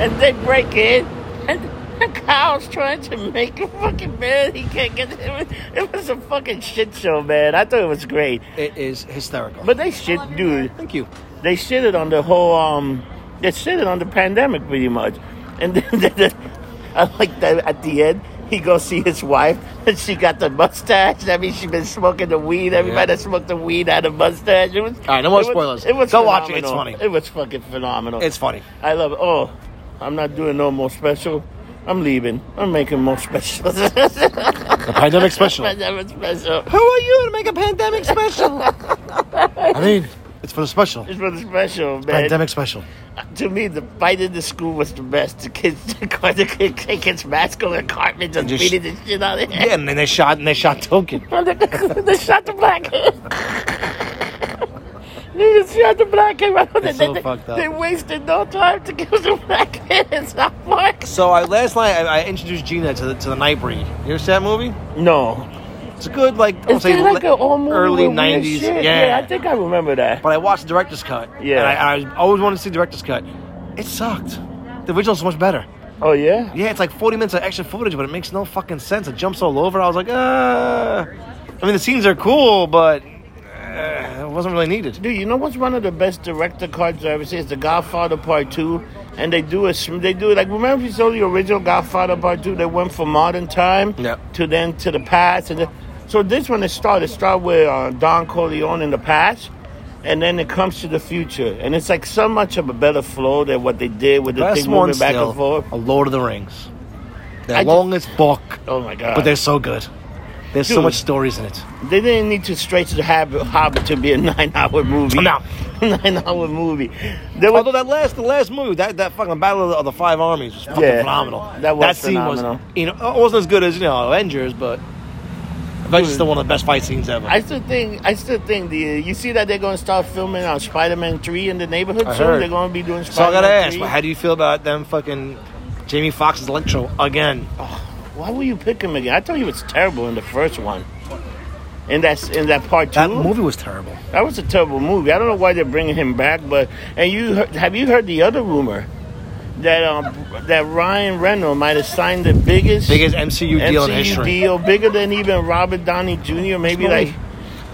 S1: And they break in. And the cow's trying to make a fucking bear. He can't get it. was- It was a fucking shit show, man. I thought it was great.
S2: It is hysterical.
S1: But they shit, dude.
S2: Thank you.
S1: they shitted on the whole um they shitted on the pandemic pretty much and then, then- then- i like that at the end he goes see his wife she got the mustache. That means she been smoking the weed. Everybody that smoked the weed had a mustache. It was
S2: All right, no more
S1: it was-
S2: spoilers.
S1: it was
S2: Go watch it. It's
S1: phenomenal.
S2: funny.
S1: It was fucking phenomenal.
S2: It's funny.
S1: I love it. Oh, I'm not doing no more special. I'm leaving. I'm making more specials.
S2: The pandemic special.
S1: I never special.
S2: Who are you to make a pandemic special? I mean, it's for the special.
S1: It's for the special, man.
S2: Pandemic special.
S1: To me, the fight in the school was the best. The kids, the kid, kid, kids, Masco and Cartman just,
S2: Just-
S1: beating the shit out of him.
S2: Yeah, and then they shot and they shot Token.
S1: they shot the black kid. They just shot the black kid. Right on the-
S2: It's so
S1: they,
S2: fucked up.
S1: they wasted no time to kill the black kid in South Park.
S2: So I last night I, I introduced Gina to the to the Nightbreed. You ever see that movie?
S1: No,
S2: It's a good like I wanna
S1: it's
S2: say
S1: like
S2: le-
S1: an old movie
S2: early
S1: with weird
S2: '90s.
S1: shit.
S2: Yeah.
S1: I think I remember that.
S2: but I watched the director's cut.
S1: Yeah.
S2: and I, I always wanted to see the director's cut. It sucked. The original's so much better.
S1: Oh yeah.
S2: Yeah, it's like 40 minutes of extra footage, but it makes no fucking sense. It jumps all over. I was like, ah. I mean, the scenes are cool, but uh, it wasn't really needed.
S1: Dude, you know what's one of the best director cards I ever seen? It's The Godfather Part Two, and they do a sm- they do like remember if you saw the original Godfather Part Two, they went from modern time
S2: Yeah.
S1: to then to the past, and the, so this one it started it started with uh, Don Corleone in the past, and then it comes to the future, and it's like so much of a better flow than what they did with the
S2: Best
S1: thing
S2: one
S1: moving back
S2: still,
S1: and forth.
S2: a Lord of the Rings. The
S1: I ju-
S2: longest book,
S1: Oh my god!
S2: but they're so good. There's so
S1: Dude.
S2: much stories in it.
S1: They didn't need to straight to the Hobbit, Hobbit to be a nine-hour movie.
S2: No.
S1: nine-hour movie. There was,
S2: Although that last, the last movie, that, that fucking battle of the, of the five armies was fucking
S1: Yeah.
S2: phenomenal.
S1: That was
S2: that scene was,
S1: phenomenal.
S2: you know, it wasn't as good as you know Avengers, but Avengers is still one of the best fight scenes ever.
S1: I still think I still think the you see that they're going to start filming on Spider-Man 3 in the neighborhood
S2: I
S1: soon.
S2: heard.
S1: They're going to be doing
S2: so I
S1: Spider-Man
S2: gotta ask,
S1: 3.
S2: how do you feel about them fucking Jamie Foxx's Electro again?
S1: Why will you pick him again? I thought he was terrible in the first one. In that in that part 2.
S2: That movie was terrible.
S1: That was a terrible movie. I don't know why they're bringing him back, but and you heard, have you heard the other rumor that um that Ryan Reynolds might have signed the biggest
S2: Biggest MCU, deal in
S1: MCU
S2: history.
S1: deal bigger than even Robert Downey Jr. Maybe like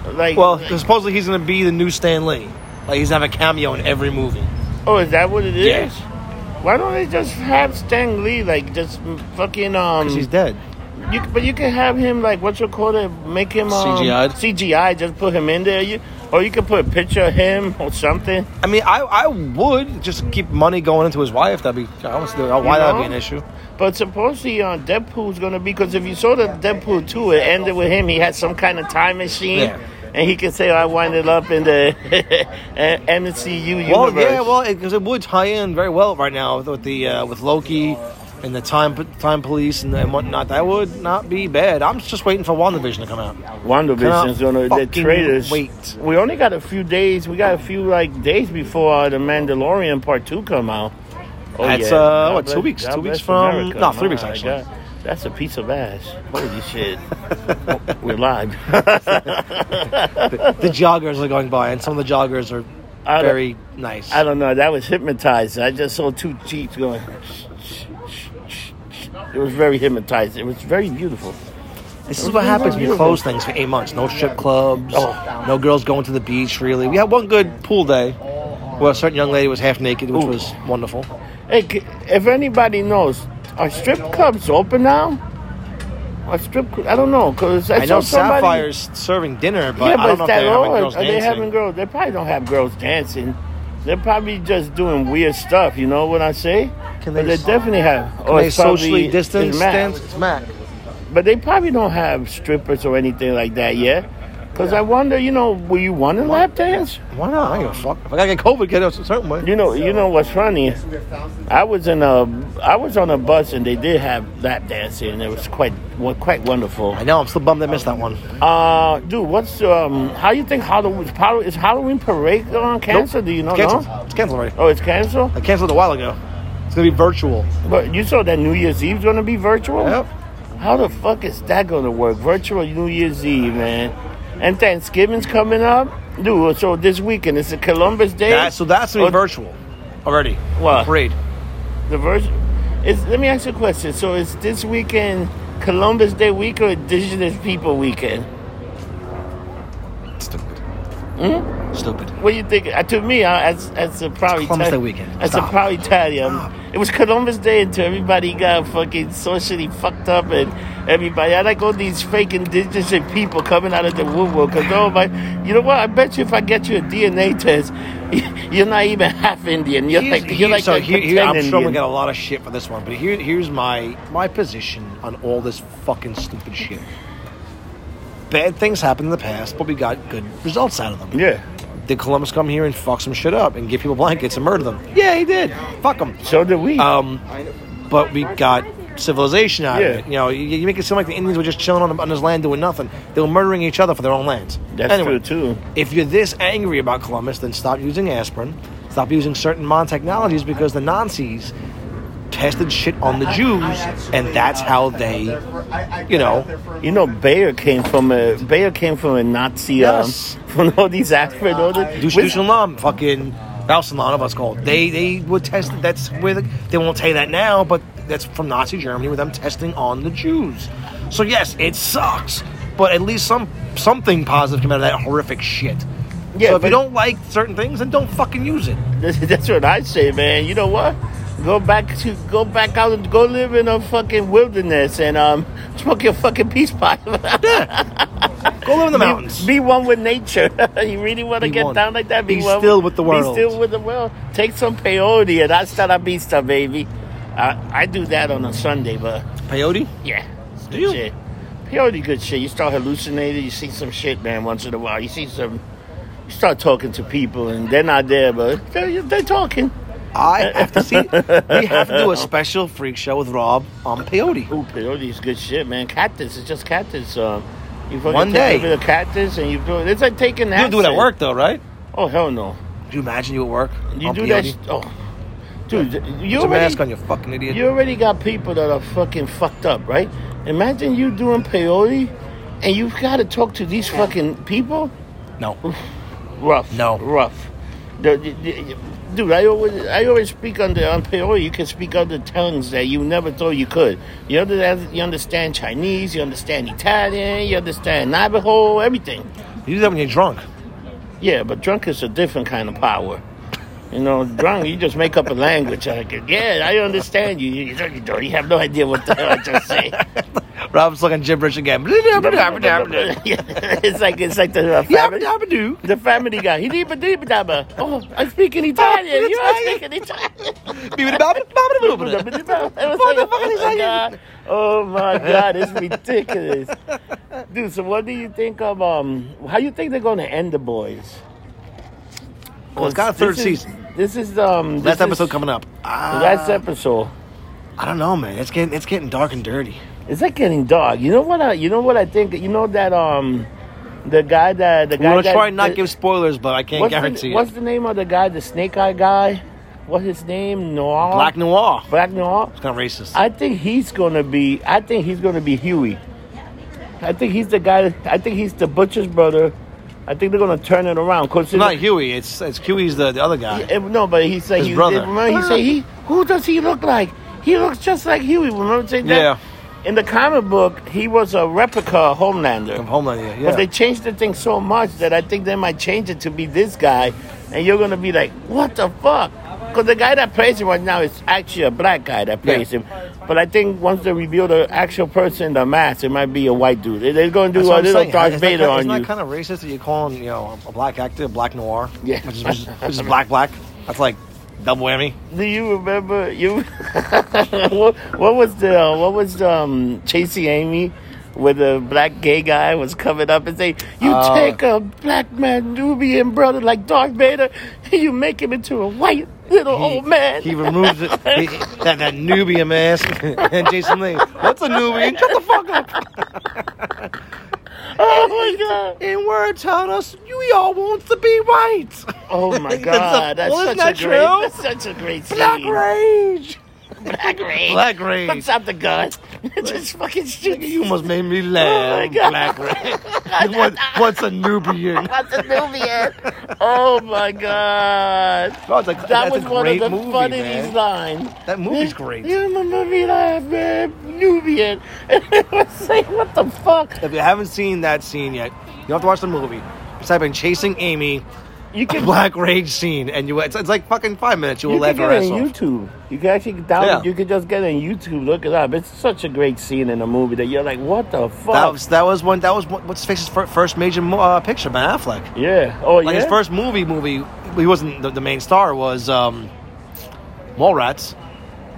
S2: Smooth.
S1: like
S2: Well, supposedly he's gonna be the new Stan Lee. Like he's gonna have a cameo in every movie.
S1: oh is that what it is?
S2: Yeah.
S1: Why don't they just have Stan Lee like just fucking um?
S2: He's dead.
S1: You, but you can have him like what you call it, make him um,
S2: CGI'd?
S1: CGI, just put him in there. You or you can put a picture of him or something.
S2: I mean, I, I would just keep money going into his wife. That'd be I don't see why
S1: You
S2: that'd
S1: know?
S2: be an issue.
S1: But supposedly on Deadpool's gonna be because if you saw the Deadpool two, it ended with him. He had some kind of time machine,
S2: Yeah.
S1: and he can say, "I winded up in the MCU universe."
S2: Well, yeah, well, because it, would tie in very well right now with, with the uh, with Loki and the time time police and, and whatnot. That would not be bad. I'm just waiting for WandaVision to come out.
S1: WandaVision's gonna the
S2: Cannot
S1: trailers.
S2: fucking wait.
S1: We only got a few days. We got a few like days before uh, the Mandalorian Part Two come out. Oh,
S2: That's, uh,
S1: God
S2: what, two
S1: bless-
S2: weeks?
S1: God
S2: Two weeks
S1: bless
S2: from-
S1: America.
S2: no, three weeks,
S1: My
S2: actually.
S1: God. That's a piece of ass. Holy shit. We're live.
S2: The joggers are going by, and some of the joggers are
S1: I don't-
S2: very nice.
S1: I don't know. That was hypnotized. I just saw two cheeks going. It was very hypnotized. It was very beautiful.
S2: This is what happens when you close things for eight months. No strip clubs.
S1: Oh.
S2: No girls going to the beach. Really, we had one good pool day where a certain young lady was half naked, which
S1: Ooh.
S2: was wonderful.
S1: Hey, c- if anybody knows, are strip clubs open now? Are strip? cl- I don't know because I,
S2: I
S1: saw
S2: know
S1: somebody-
S2: Sapphire's serving dinner, but,
S1: yeah,
S2: I don't
S1: but it's
S2: know if
S1: that
S2: they're having
S1: old.
S2: girls
S1: Are they
S2: dancing.
S1: having girls? They probably don't have girls dancing. They're probably just doing weird stuff. You know what I say?
S2: Can
S1: but
S2: they
S1: they
S2: s-
S1: definitely have.
S2: Are
S1: or
S2: they
S1: Oh, it's probably-
S2: socially
S1: it's
S2: distanced?
S1: Mac.
S2: dance? It's Mac.
S1: But they probably don't have strippers or anything like that yet. Because I wonder, you know, will you want to lap dance?
S2: Why not? I don't give a fuck. If I gotta get COVID, get out a certain way.
S1: You know, you know what's funny? I was in a, I was on a bus and they did have lap dancing and it was quite, wa- quite wonderful.
S2: I know. I'm still bummed I missed that one.
S1: Uh, dude, what's um, how you think Halloween is Halloween parade on canceled? Do you know?
S2: It's canceled.
S1: No?
S2: It's canceled already.
S1: Oh, it's canceled.
S2: I canceled it a while ago. It's gonna be virtual.
S1: But you saw that New Year's Eve's gonna be virtual.
S2: Yep.
S1: How the fuck is that gonna work? Virtual New Year's Eve, man. And Thanksgiving's coming up, dude. So this weekend it's a Columbus Day.
S2: That, so that's gonna be
S1: Oh,
S2: virtual already.
S1: What?
S2: Parade.
S1: The virtual. Is let me ask you a question. So it's this weekend Columbus Day week or Indigenous People Weekend?
S2: Stupid. Stupid.
S1: What do you think? Uh, to me, I, as as a probably
S2: Columbus
S1: Ita-
S2: Day weekend.
S1: As
S2: Stop.
S1: a probably Italian,
S2: Stop.
S1: it was Columbus Day until everybody got fucking socially fucked up and everybody. I like all these fake indigenous people coming out of the woodwork because oh my, you know what? I bet you if I get you a DNA test, you're not even half Indian. You're
S2: Here's-
S1: like you're
S2: here-
S1: like
S2: so
S1: a
S2: here, here-
S1: pretend
S2: I'm sure we
S1: Indian.
S2: get a lot of shit for this one, but here, here's my my position on all this fucking stupid shit. Bad things happened in the past, but we got good results out of them.
S1: Yeah.
S2: Did Columbus come here and fuck some shit up and give people blankets and murder them? Yeah, he did. Fuck them.
S1: So did we.
S2: Um, but we got civilization out
S1: Yeah.
S2: of it. You know, you, you make it seem like the Indians were just chilling on, on this land doing nothing. They were murdering each other for their own lands.
S1: That's true too.
S2: If you're this angry about Columbus, then stop using aspirin. Stop using certain modern technologies because the Nazis tested shit on the Jews, and that's how they, you know,
S1: You know, Bayer came from a Bayer came from a Nazi. um,
S2: Yes.
S1: from all these aspirin, all the,
S2: Dushushalam, fucking Rausenlam, what's called. They they were tested. That's where the, they won't tell you that now, but that's from Nazi Germany with them testing on the Jews. So yes, it sucks, but at least some something positive came out of that horrific shit.
S1: Yeah,
S2: so if
S1: but-
S2: you don't like certain things, then don't fucking use it.
S1: That's, that's what I say, man. You know what? Go back to go back out and go live in a fucking wilderness and um smoke your fucking peace pipe.
S2: Go live in the
S1: be,
S2: mountains.
S1: be one with nature. you really want to
S2: Be
S1: get
S2: one.
S1: down like that?
S2: Be
S1: one-
S2: still with the world.
S1: Be still with the world. Take some peyote and hasta la vista, baby. I, I do that on a Sunday, but
S2: Peyote?
S1: yeah, it's good
S2: Do you?
S1: shit. Peyote, good shit. You start hallucinating. You see some shit, man. Once in a while, you see some. You start talking to people, and they're not there, but they're, they're talking.
S2: I have to see. We have to do a special freak show with Rob on peyote.
S1: Ooh, peyote's good shit, man. Cactus, it's just cactus. Um, you fucking
S2: One
S1: take
S2: day.
S1: a bit of cactus and you do it. It's like taking
S2: You
S1: acid.
S2: do it at work though, right?
S1: Oh hell no!
S2: Could you imagine you at work?
S1: You
S2: on
S1: do
S2: peyote?
S1: that. Sh- oh, dude, you
S2: Put a
S1: already
S2: mask on, you fucking idiot.
S1: you already got people that are fucking fucked up, right? Imagine you doing peyote and you've got to talk to these fucking people.
S2: No.
S1: Rough.
S2: No.
S1: Rough. The- the- the- Dude, I always I always speak on the on peyote. You can speak other tongues that you never thought you could. You under, you understand Chinese, you understand Italian, you understand Navajo, everything.
S2: You do that when you're drunk.
S1: Yeah, but drunk is a different kind of power. You know, drunk, you just make up a language. Like, yeah, I understand you. You, you, don't- you have no idea what the hell I just say.
S2: Rob's looking gibberish again.
S1: Yeah, it's like it's like the uh, family,
S2: Yabba-dabba-doo.
S1: the family guy. He dibba dibba dabba. Oh, I speak in Italian. You are speaking Italian.
S2: Bibbidi-bobbidi-bobbidi-bobbidi.
S1: It was like, oh, my god. oh my god, it's ridiculous, dude. So what do you think of um? How you think they're going to end the boys?
S2: Well, it's got a
S1: This
S2: third
S1: is-
S2: season.
S1: This is um.
S2: Last
S1: this
S2: episode
S1: is-
S2: coming up.
S1: The
S2: Ah,
S1: last episode.
S2: I don't know, man. It's getting it's getting dark and dirty.
S1: It's like getting dark. You know what? I, you know what I think. You know that um, the guy that the
S2: We're
S1: guy.
S2: gonna
S1: that,
S2: try and not
S1: the-
S2: give spoilers, but I can't
S1: what's the-
S2: guarantee
S1: What's
S2: it.
S1: the name of the guy? The snake eye guy. What's his name? Noir.
S2: Black Noir.
S1: Black Noir.
S2: It's kind of racist.
S1: I think he's gonna be. I think he's gonna be Huey. I think he's the guy. I think he's the butcher's brother. I think they're gonna turn it around. Cause
S2: It's not Huey. It's it's Huey's the, the other guy.
S1: Eh, No, but he said
S2: His
S1: he,
S2: brother.
S1: Remember, he said he. Who does he look like? He looks just like Huey. Remember saying that?
S2: Yeah.
S1: In the comic book, he was a replica of Homelander.
S2: From Homeland. Yeah. yeah.
S1: But they changed the thing so much that I think they might change it to be this guy, and you're gonna be like, "What the fuck?" Because the guy that plays him right now is actually a black guy that plays
S2: Yeah.
S1: him. But I think once they reveal the actual person, the mask, it might be a white dude. They- They're gonna do
S2: That's
S1: a
S2: what I'm
S1: little
S2: saying.
S1: Darth
S2: Isn't that
S1: Vader
S2: kind-
S1: on
S2: isn't
S1: you.
S2: that kind of racist that you're calling, you know, a black actor, black noir?
S1: Yeah.
S2: Which is, which is, which is black, black. That's like double whammy.
S1: Do you remember you? what, what was the uh, what was the, um, Chasey Amy, where the black gay guy was coming up and saying, "You
S2: Uh,
S1: take a black man, Nubian brother like Darth Vader, and you make him into a white little old man."
S2: He removes it. He, that, that Nubian mask. and Jason Lee. What's a Nubian? Shut the fuck up.
S1: oh my god!
S2: In words, tell us, you all want to be white.
S1: Oh my
S2: That's a-
S1: god! That's
S2: well,
S1: such
S2: isn't
S1: a
S2: that
S1: great.
S2: true?
S1: That's such a great scene.
S2: Black rage.
S1: Black rage.
S2: Black rage.
S1: Puts out the gun. Just fucking shoot
S2: You almost made me
S1: Oh
S2: laugh.
S1: my God.
S2: Black rage. What, what's a Nubian?
S1: What's a Nubian? oh my god!
S2: Oh, it's like,
S1: That
S2: that's
S1: was
S2: a
S1: one of
S2: great
S1: the
S2: movie,
S1: funniest
S2: man.
S1: lines.
S2: That movie's great.
S1: You remember me laugh, man? Nubian. And I was like, what the fuck?
S2: If you haven't seen that scene yet, You have to watch the movie. Just type in "chasing Amy,"
S1: You can
S2: black rage scene, and you it's, it's like fucking five minutes. You will
S1: you
S2: laugh
S1: can
S2: your
S1: get it
S2: ass
S1: on
S2: off.
S1: YouTube. You can actually download.
S2: Yeah.
S1: You can just get it on YouTube. Look it up. It's such a great scene in the movie that you're like, what the fuck?
S2: That was that was one. That was one- what's his face's fir- first major mo- uh, picture. Ben Affleck.
S1: yeah. Oh
S2: Like
S1: yeah.
S2: his first movie, movie he wasn't the, the main star was um, Mallrats,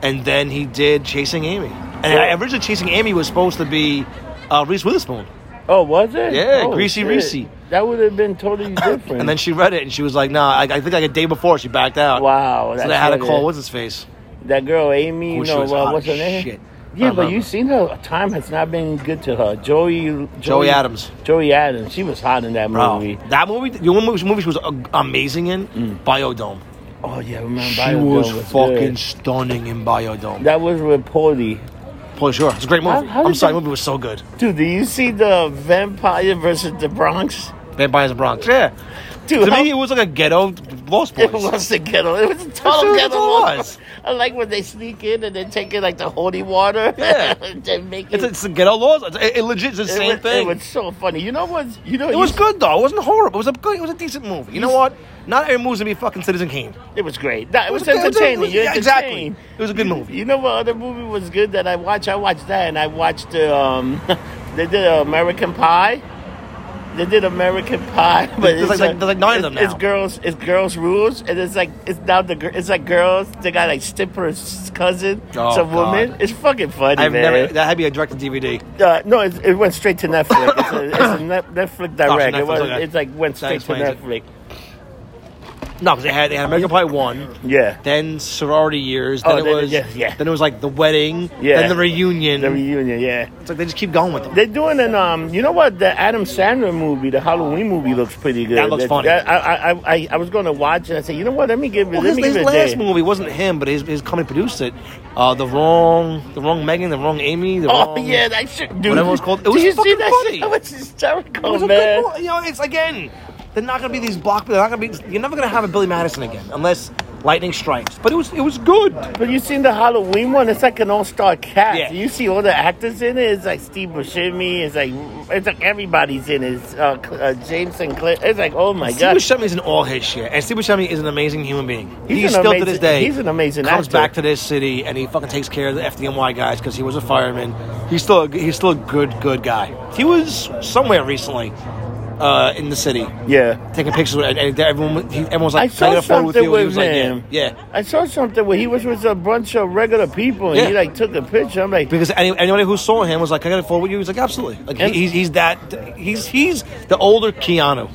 S2: and then he did Chasing Amy. And
S1: Yeah.
S2: originally, Chasing Amy was supposed to be uh, Reese Witherspoon,
S1: oh, was it?
S2: Yeah,
S1: Oh,
S2: Greasy
S1: shit.
S2: Reesey.
S1: That would have been totally different.
S2: and then she read it and she was like, "Nah, I, I think like a day before she backed out."
S1: wow.
S2: So
S1: that's
S2: they had to
S1: what it
S2: call
S1: is.
S2: what's his face.
S1: that girl Amy.
S2: Ooh,
S1: You
S2: she
S1: know
S2: was
S1: uh,
S2: hot
S1: what's her
S2: as
S1: name?
S2: shit. I
S1: Yeah, but
S2: remember.
S1: you've seen her. Time has not been good to her. Joey, Joey,
S2: Joey Adams.
S1: Joey Adams. She was hot in that
S2: Bro,
S1: movie.
S2: that movie, the one movie movie she was uh, amazing in, Biodome.
S1: Oh yeah, I remember?
S2: She
S1: Mm. Biodome
S2: was, fucking
S1: good.
S2: stunning in Biodome.
S1: That was with Paulie.
S2: For sure, it's a great
S1: How-
S2: movie.
S1: how
S2: I'm
S1: did
S2: sorry,
S1: they-
S2: the movie was so good.
S1: Dude, do you see the vampire versus the Bronx?
S2: Vampires in the Bronx. Yeah.
S1: Dude,
S2: to
S1: how-
S2: me, it was like a ghetto Lost Boys.
S1: It was the ghetto. It was a total
S2: Sure, that's
S1: ghetto.
S2: what it
S1: look.
S2: was.
S1: I like when they sneak in and they take in like the holy water.
S2: Yeah.
S1: and then make
S2: It's,
S1: it.
S2: it's the ghetto Lost. It's, it, it legit is the same
S1: was,
S2: thing.
S1: It was so funny. You know what? You know
S2: It was
S1: you-
S2: good though. It wasn't horrible. It was a good. It was a decent movie. You know what? Not every movie's gonna be fucking Citizen Kane.
S1: It was great. That, it, was,
S2: good. It was- it
S1: entertaining.
S2: was-
S1: You're
S2: yeah, exactly.
S1: entertained.
S2: It was a good movie.
S1: You know what other movie was good that I watched? I watched that and I watched the um they did American Pie. They did American Pie, but
S2: There's
S1: it's
S2: like- like- there's like nine of them
S1: it's- It's
S2: now.
S1: girls, it's girls rules, and it's like it's now the gir- it's like girls. They got like Stiffer's cousin,
S2: Oh,
S1: some woman.
S2: God.
S1: It's fucking funny,
S2: I've
S1: man.
S2: never. That had to be a directed DVD.
S1: Uh, no, it, it went straight to Netflix. it's a, it's a Net- Netflix direct.
S2: Netflix,
S1: it was,
S2: okay.
S1: it's like went
S2: That
S1: straight to
S2: explains it.
S1: Netflix.
S2: No, because they had they had American Pie one,
S1: Yeah,
S2: then sorority years,
S1: Oh,
S2: then it
S1: then-
S2: was
S1: yeah, yeah.
S2: then it was like the wedding,
S1: Yeah.
S2: then the reunion.
S1: the reunion. Yeah.
S2: it's like they just keep going with them.
S1: They're doing an um. You know what? The Adam Sandler movie, the Halloween movie, looks pretty good.
S2: That looks funny.
S1: I, I I- I I was going to watch it. I said, you know what? Let me give it.
S2: Well,
S1: let
S2: his,
S1: me give
S2: his
S1: it a
S2: last
S1: day.
S2: movie wasn't him, but his, his company produced it. Uh, the wrong, the wrong Megan, the wrong Amy, the
S1: Oh
S2: wrong.
S1: yeah, that shit, dude.
S2: Whatever it was called. It
S1: Did
S2: was
S1: you see
S2: fucking
S1: that shit?
S2: funny.
S1: That was hysterical,
S2: It was a
S1: Oh, man.
S2: good mo- you know, it's again, they're not gonna be these block. They're not gonna be. You're never gonna have a Billy Madison again, unless lightning strikes. But it was, it was good.
S1: But you seen the Halloween one? It's like an all-star cast.
S2: Yeah.
S1: You see all the actors in it. It's like Steve Buscemi. It's like it's like everybody's in it. It's, uh, Cl- uh, James Sinclair. It's like oh my
S2: Steve
S1: god.
S2: Buscemi's in all his shit, and Steve Buscemi is an amazing human being.
S1: He's
S2: He's,
S1: an
S2: still
S1: amazing-
S2: to this day.
S1: he's an amazing
S2: Comes
S1: actor.
S2: back to this city, and he fucking takes care of the FDNY guys because he was a fireman. He's still, a, he's still a good, good guy. He was somewhere recently, uh, in the city.
S1: yeah.
S2: taking pictures with and, and everyone. He, everyone was
S1: I
S2: like, "Can I
S1: saw
S2: get a photo with
S1: something
S2: you?"
S1: with
S2: he was like, "Yeah."
S1: him.
S2: "Yeah."
S1: I saw something where he was with a bunch of regular people and he
S2: Yeah.
S1: like took a picture. I'm like,
S2: Because any, anybody who saw him was like, "Can "I got a photo with you." He's like, "Absolutely." Like
S1: And-
S2: he, he's he's that he's he's the older Keanu.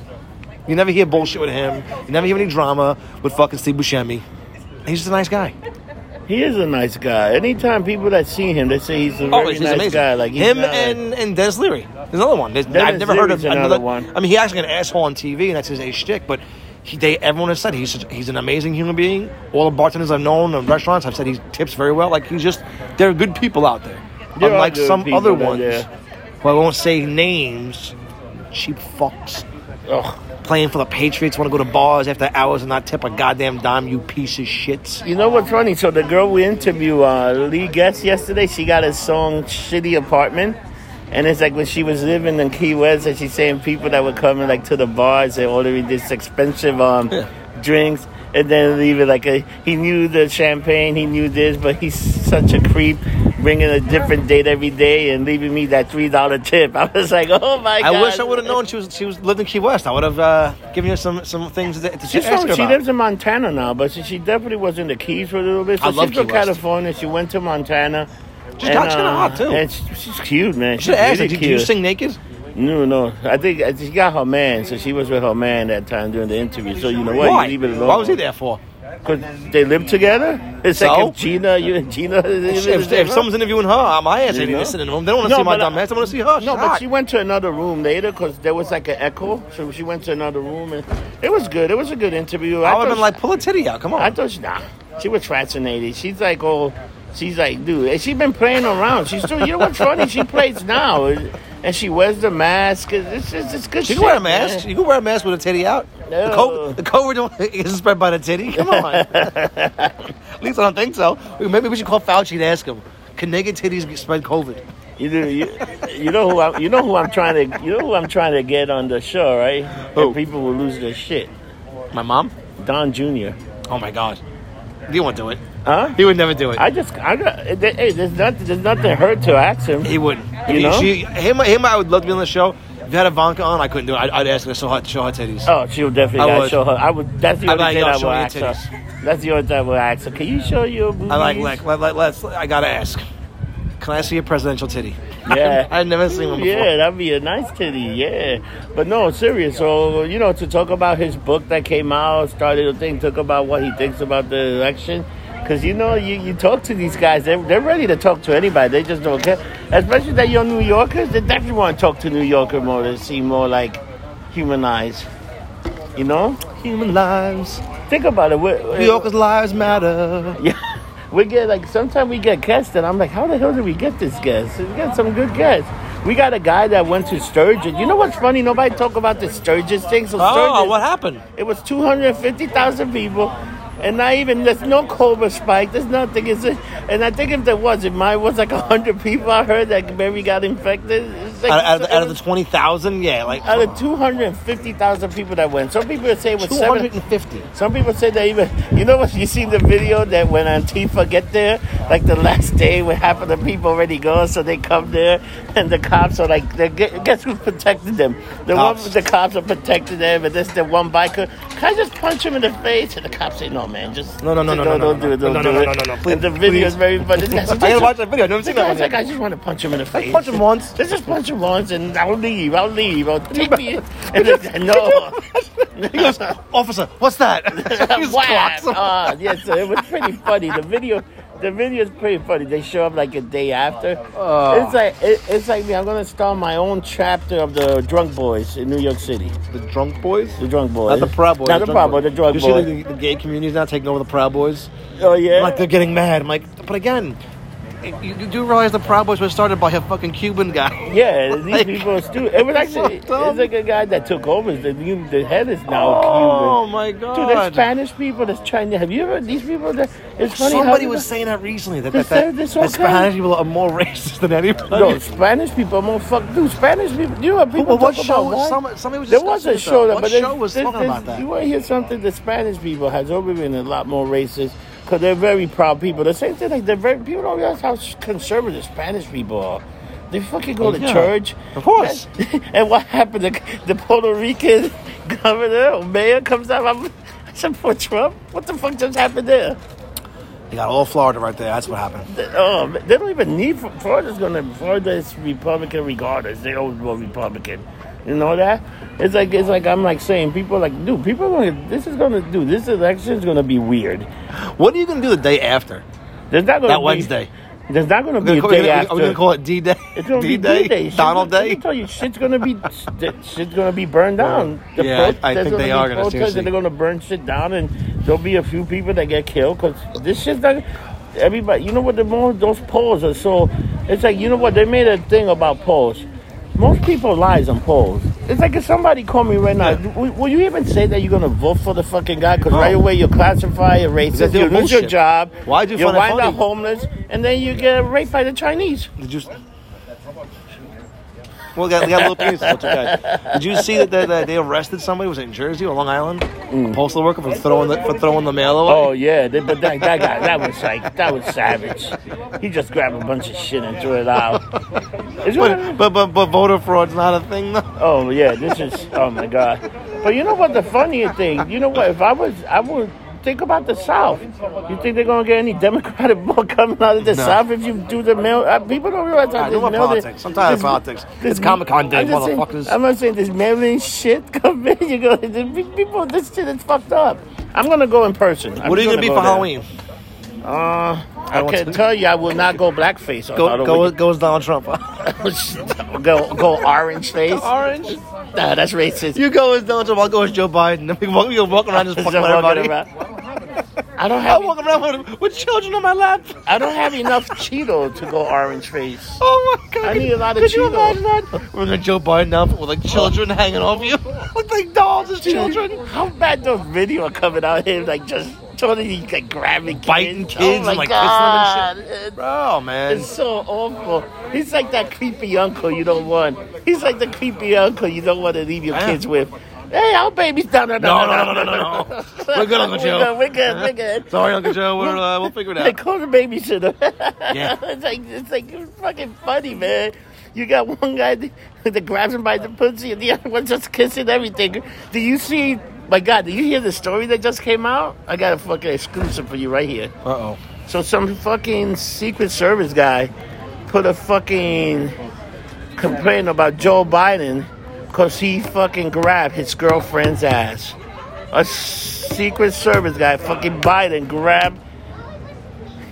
S2: You never hear bullshit with him. You never hear any drama with fucking Steve Buscemi. He's just a nice guy.
S1: he is a nice guy. Anytime people that see him, they say he's a
S2: Oh,
S1: very
S2: he's
S1: nice
S2: amazing.
S1: guy. Like he's
S2: him
S1: not, like-
S2: and and Des Leary. There's another one. There's,
S1: Dennis
S2: I've never heard of
S1: Leary's another
S2: another
S1: one.
S2: I mean, he's actually an asshole on TV, and that's his a shtick. But he, they, everyone has said he's such, he's an amazing human being. All the bartenders I've known and restaurants have said he tips very well. Like he's just there are good people out there,
S1: There are
S2: unlike
S1: good
S2: some
S1: people
S2: other
S1: that-
S2: ones.
S1: yeah.
S2: Well, I won't say names. Cheap fucks
S1: Ugh.
S2: playing for the Patriots want to go to bars after hours and not tip a goddamn dime. You piece of shits.
S1: You know what's funny? So the girl we interviewed, uh, Lee Guest, yesterday, she got a song "Shitty Apartment," and it's like when she was living in Key West, and she's saying people that were coming like to the bars and ordering this expensive um,
S2: Yeah.
S1: drinks, and then leaving like a, he knew the champagne, he knew this, but he's such a creep, bringing a different date every day and leaving me that three dollar tip. I was like, oh my god!
S2: I wish I would have known she was she was lived in Key West. I would have uh, given her some some things that to
S1: She's
S2: ask her
S1: from, she
S2: about.
S1: lives in Montana now, but she, she definitely was in the Keys for a little bit. So
S2: I love
S1: she's from
S2: Key West.
S1: California. She went to Montana.
S2: She's hot- she's kinda hot, too.
S1: And she- she's cute, man. She's
S2: Should have asked her,
S1: really
S2: "Do do
S1: cute.
S2: you sing naked?"
S1: No, no. I think I- she got her man, so she was with her man that time during the interview. So you know what?
S2: Why?
S1: You leave it alone.
S2: Why was he there for?
S1: Because they live together. It's
S2: So?
S1: like if Gina, you and Gina.
S2: If, if, someone's interviewing her, uh, my ass
S1: You
S2: ain't
S1: know?
S2: even sitting in the room. They don't want to
S1: No,
S2: see my
S1: but
S2: dumb
S1: I-
S2: ass. They want to see her. She's
S1: No, but
S2: hot.
S1: she went to another room later because there was like an echo. So she went to another room, and it was good. It was a good interview.
S2: I
S1: thought
S2: would have been
S1: she-
S2: like, "Pull a titty out, come
S1: I
S2: on."
S1: thought she, nah, she was fascinated. She's like, oh, she's like, dude, and she been playing around. She's still, you know what's funny? She plays now, and she wears the mask. It's it's, it's good.
S2: She
S1: shit,
S2: can wear a mask.
S1: man.
S2: You can wear a mask with a titty out.
S1: No.
S2: The COVID, the COVID don't- isn't spread by the titty. Come on. At least I don't think so. Maybe we should call Fauci and ask him. Can naked titties spread COVID?
S1: You do. You, you know who I, you know who I'm trying to you know who I'm trying to get on the show, right?
S2: Who?
S1: And people will lose their shit.
S2: My mom?
S1: Don Jr.
S2: Oh my god. He won't do it.
S1: Huh?
S2: He would never do it.
S1: I just I got hey, there's nothing there's nothing hurt to ask him.
S2: he wouldn't.
S1: You
S2: He-
S1: know?
S2: she- him, him, I would love to be on the show. If you had Ivanka on, I couldn't do it. I'd, I'd ask her to show her, show her titties.
S1: Oh, she'll definitely
S2: I
S1: gotta
S2: would.
S1: show her. I would. That's the
S2: I'd
S1: only
S2: like,
S1: thing
S2: yo,
S1: I
S2: show
S1: will
S2: me your
S1: ask her. That's the only thing I will ask her. Can you show your boobies?
S2: I like, like, let, let, let's, I gotta ask. Can I see a presidential titty?
S1: Yeah.
S2: I've never seen one before.
S1: Yeah, that'd be a nice titty. Yeah, but no, serious. So you know, to talk about his book that came out, started a thing, talk about what he thinks about the election. Cause you know, you, you talk to these guys, they're, they're ready to talk to anybody. They just don't care. Especially that you're New Yorkers, they definitely want to talk to New Yorker more to seem more like humanized. You know,
S2: Human lives.
S1: think about it. We're,
S2: New Yorkers' lives matter.
S1: Yeah. We get like sometimes we get guests and I'm like, how the hell did we get this guest? We got some good guests. We got a guy that went to Sturgis. You know what's funny? Nobody talk about the Sturgis thing. So
S2: Oh,
S1: Sturgis,
S2: what happened?
S1: it was 250,000 people, and not even there's no COVID spike. There's nothing. It's a, and I think if there was, it might was like 100 people. I heard that maybe got infected. It's like-
S2: Out, out, of, the- out of the 20,000? Yeah, like
S1: out of 250,000 people that went, some people say it was seven.
S2: 250.
S1: Some people say that even you know what you seen the video that when Antifa get there, like the last day when half of the people already gone, so they come there and the cops are like, they gu- guess who protected them? The
S2: Cops.
S1: one the cops are protecting them, and this the one biker. Can I just punch him in the face? And the cops say, no man, just
S2: No, no, no,
S1: just
S2: no, no,
S1: don't
S2: no,
S1: do it, don't
S2: no,
S1: do
S2: no, no,
S1: it.
S2: no, no, no, please,
S1: And the video
S2: please.
S1: is very funny. This guy's
S2: I gotta watch that video. I've never seen
S1: This guy's
S2: that
S1: like,
S2: one.
S1: I just want to punch him in the face.
S2: punch him once.
S1: Let's just punch him once, and I'll leave. I'll leave. I'll take me. And then, no.
S2: He goes, Officer, what's that? He just
S1: Wham!
S2: clocks him.
S1: Ah, yes, so it was pretty funny. The video, the video is pretty funny. They show up like a day after.
S2: Oh.
S1: It's like it, it's like me. I'm gonna start my own chapter of the Drunk Boys in New York City.
S2: The drunk boys?
S1: The Drunk Boys,
S2: Not the Proud Boys.
S1: not the Proud Boys, the Drunk
S2: You
S1: Boys.
S2: see the, the gay community's now taking over the Proud Boys?
S1: oh yeah,
S2: Like they're getting mad. I'm like, but again, you, you do realize the Proud Boys were started by a fucking Cuban guy.
S1: yeah. These
S2: like-
S1: people are stupid. It was actually it's
S2: dumb.
S1: like a guy that took over. The new- the head is now
S2: Oh
S1: Cuban.
S2: my god.
S1: Dude, there's Spanish people, there's Chinese. Have you ever these people? That, it's funny. how
S2: Somebody
S1: they-
S2: was saying that recently that,
S1: They
S2: that, that,
S1: said this all
S2: that Spanish people are more racist than anybody.
S1: No, Spanish people, more fuck. Dude, Spanish people. You know what people
S2: Well, what
S1: talk
S2: show?
S1: about? why?
S2: Some- somebody was
S1: there was a
S2: discussing
S1: show,
S2: it, though.
S1: that, but
S2: What
S1: this-
S2: show was
S1: this-
S2: talking
S1: this-
S2: about that?
S1: You want to hear something? The Spanish people has always been a lot more racist because they're very proud people. The same thing, like they're very people don't realize how conservative Spanish people are. They fucking go to
S2: Oh, Yeah.
S1: church,
S2: Of course.
S1: and what happened? The, the Puerto Rican governor or mayor comes out. I'm, I said, "For Trump, what the fuck just happened there?"
S2: They got all Florida right there. That's what happened.
S1: Oh, man, they don't even need Florida's gonna Florida is Republican regardless. They always were Republican. You know that? It's like it's like I'm like saying people like dude, people are gonna this is gonna do this election is gonna be weird.
S2: What are you going to do the day after?
S1: There's not gonna
S2: That
S1: be,
S2: Wednesday.
S1: There's not gonna
S2: We're
S1: be a
S2: gonna-
S1: day
S2: we're
S1: after.
S2: going to call it D Day?
S1: it's gonna
S2: D
S1: be D-Day.
S2: Day?
S1: Shit's
S2: Donald
S1: gonna- Let
S2: Day?
S1: me tell you, shit's gonna be shit- shit's gonna be burned down.
S2: Yeah, I- I
S1: there's
S2: think they
S1: be
S2: are gonna
S1: protests
S2: seriously-
S1: and they're gonna burn shit down, and there'll be a few people that get killed because this shit's not. Everybody, you know what? The more those polls are so, it's like you know what they made a thing about polls. Most people lies on polls. It's like if somebody called me right now, will, will you even say that you're gonna vote for the fucking guy? Because
S2: No.
S1: right away you classify a
S2: That's
S1: racist,
S2: the
S1: you lose your
S2: bullshit.
S1: job,
S2: Why'd you
S1: you
S2: find it
S1: wind up
S2: funny?
S1: homeless, and then you get raped by the Chinese.
S2: Did you? Well, we got, we got little pieces. It's okay. Did you see that they, that they arrested somebody? Was it in Jersey or Long Island? A postal worker for throwing the, for throwing the mail away.
S1: Oh yeah, they, but that, that guy that was like that was savage. He just grabbed a bunch of shit and threw it out. It's
S2: But, but but but voter fraud's not a thing though.
S1: oh yeah, this is oh my god. But you know what? The funniest thing, you know what? If I was, I would think about the South. You think they're gonna get any Democratic vote coming out of the
S2: No.
S1: South if you do the mail? Uh, people don't realize how
S2: I know
S1: this
S2: about
S1: mail.
S2: politics. I'm tired of politics. It's Comic-Con day,
S1: I'm just saying-
S2: motherfuckers.
S1: I'm not saying this mailing shit come in. You go, people, this shit is fucked up. I'm gonna go in person. I'm
S2: What are you
S1: just
S2: gonna be
S1: go
S2: for
S1: there.
S2: Halloween?
S1: Uh, I,
S2: want
S1: can
S2: to-
S1: tell you, I will not go blackface. on
S2: Go go
S1: Halloween.
S2: go as Donald Trump.
S1: go, go orange face.
S2: Orange.
S1: Nah, that's racist.
S2: You go as Donald Trump. I'll go as Joe Biden. Then we walk, we walk around just
S1: Just
S2: fucking with
S1: walking
S2: everybody.
S1: around. I don't
S2: I
S1: have
S2: walk around with, with children on my lap.
S1: I don't have enough Cheeto to go orange face.
S2: Oh my god!
S1: I need a lot of
S2: Could you
S1: Cheeto.
S2: imagine that? We're gonna Joe Biden outfit with like children hanging off you, look like dolls as children.
S1: How bad those videos are coming out here? Like just Tony, you like grabbing kids.
S2: Biting kids
S1: oh my
S2: and, like,
S1: God.
S2: kissing
S1: It-
S2: Bro, Oh, man.
S1: It's so awful. He's like that creepy uncle you don't want. He's like the creepy uncle you don't want to leave your
S2: Yeah.
S1: kids with. Hey, our baby's down there.
S2: No, no, no, no, no, no, no. We're good, Uncle Joe.
S1: We're good. We're good.
S2: Sorry, Uncle Joe. We're, uh, we'll figure it
S1: They
S2: out.
S1: call the babysitter.
S2: Yeah.
S1: it's like it's like it's fucking funny, man. You got one guy that, that grabs him by the pussy, and the other one just kissing everything. Do you see? My God, do you hear the story that just came out? I got a fucking exclusive for you right here.
S2: Uh oh.
S1: So some fucking Secret Service guy put a fucking complaint about Joe Biden because he fucking grabbed his girlfriend's ass. A Secret Service guy, fucking Biden, grabbed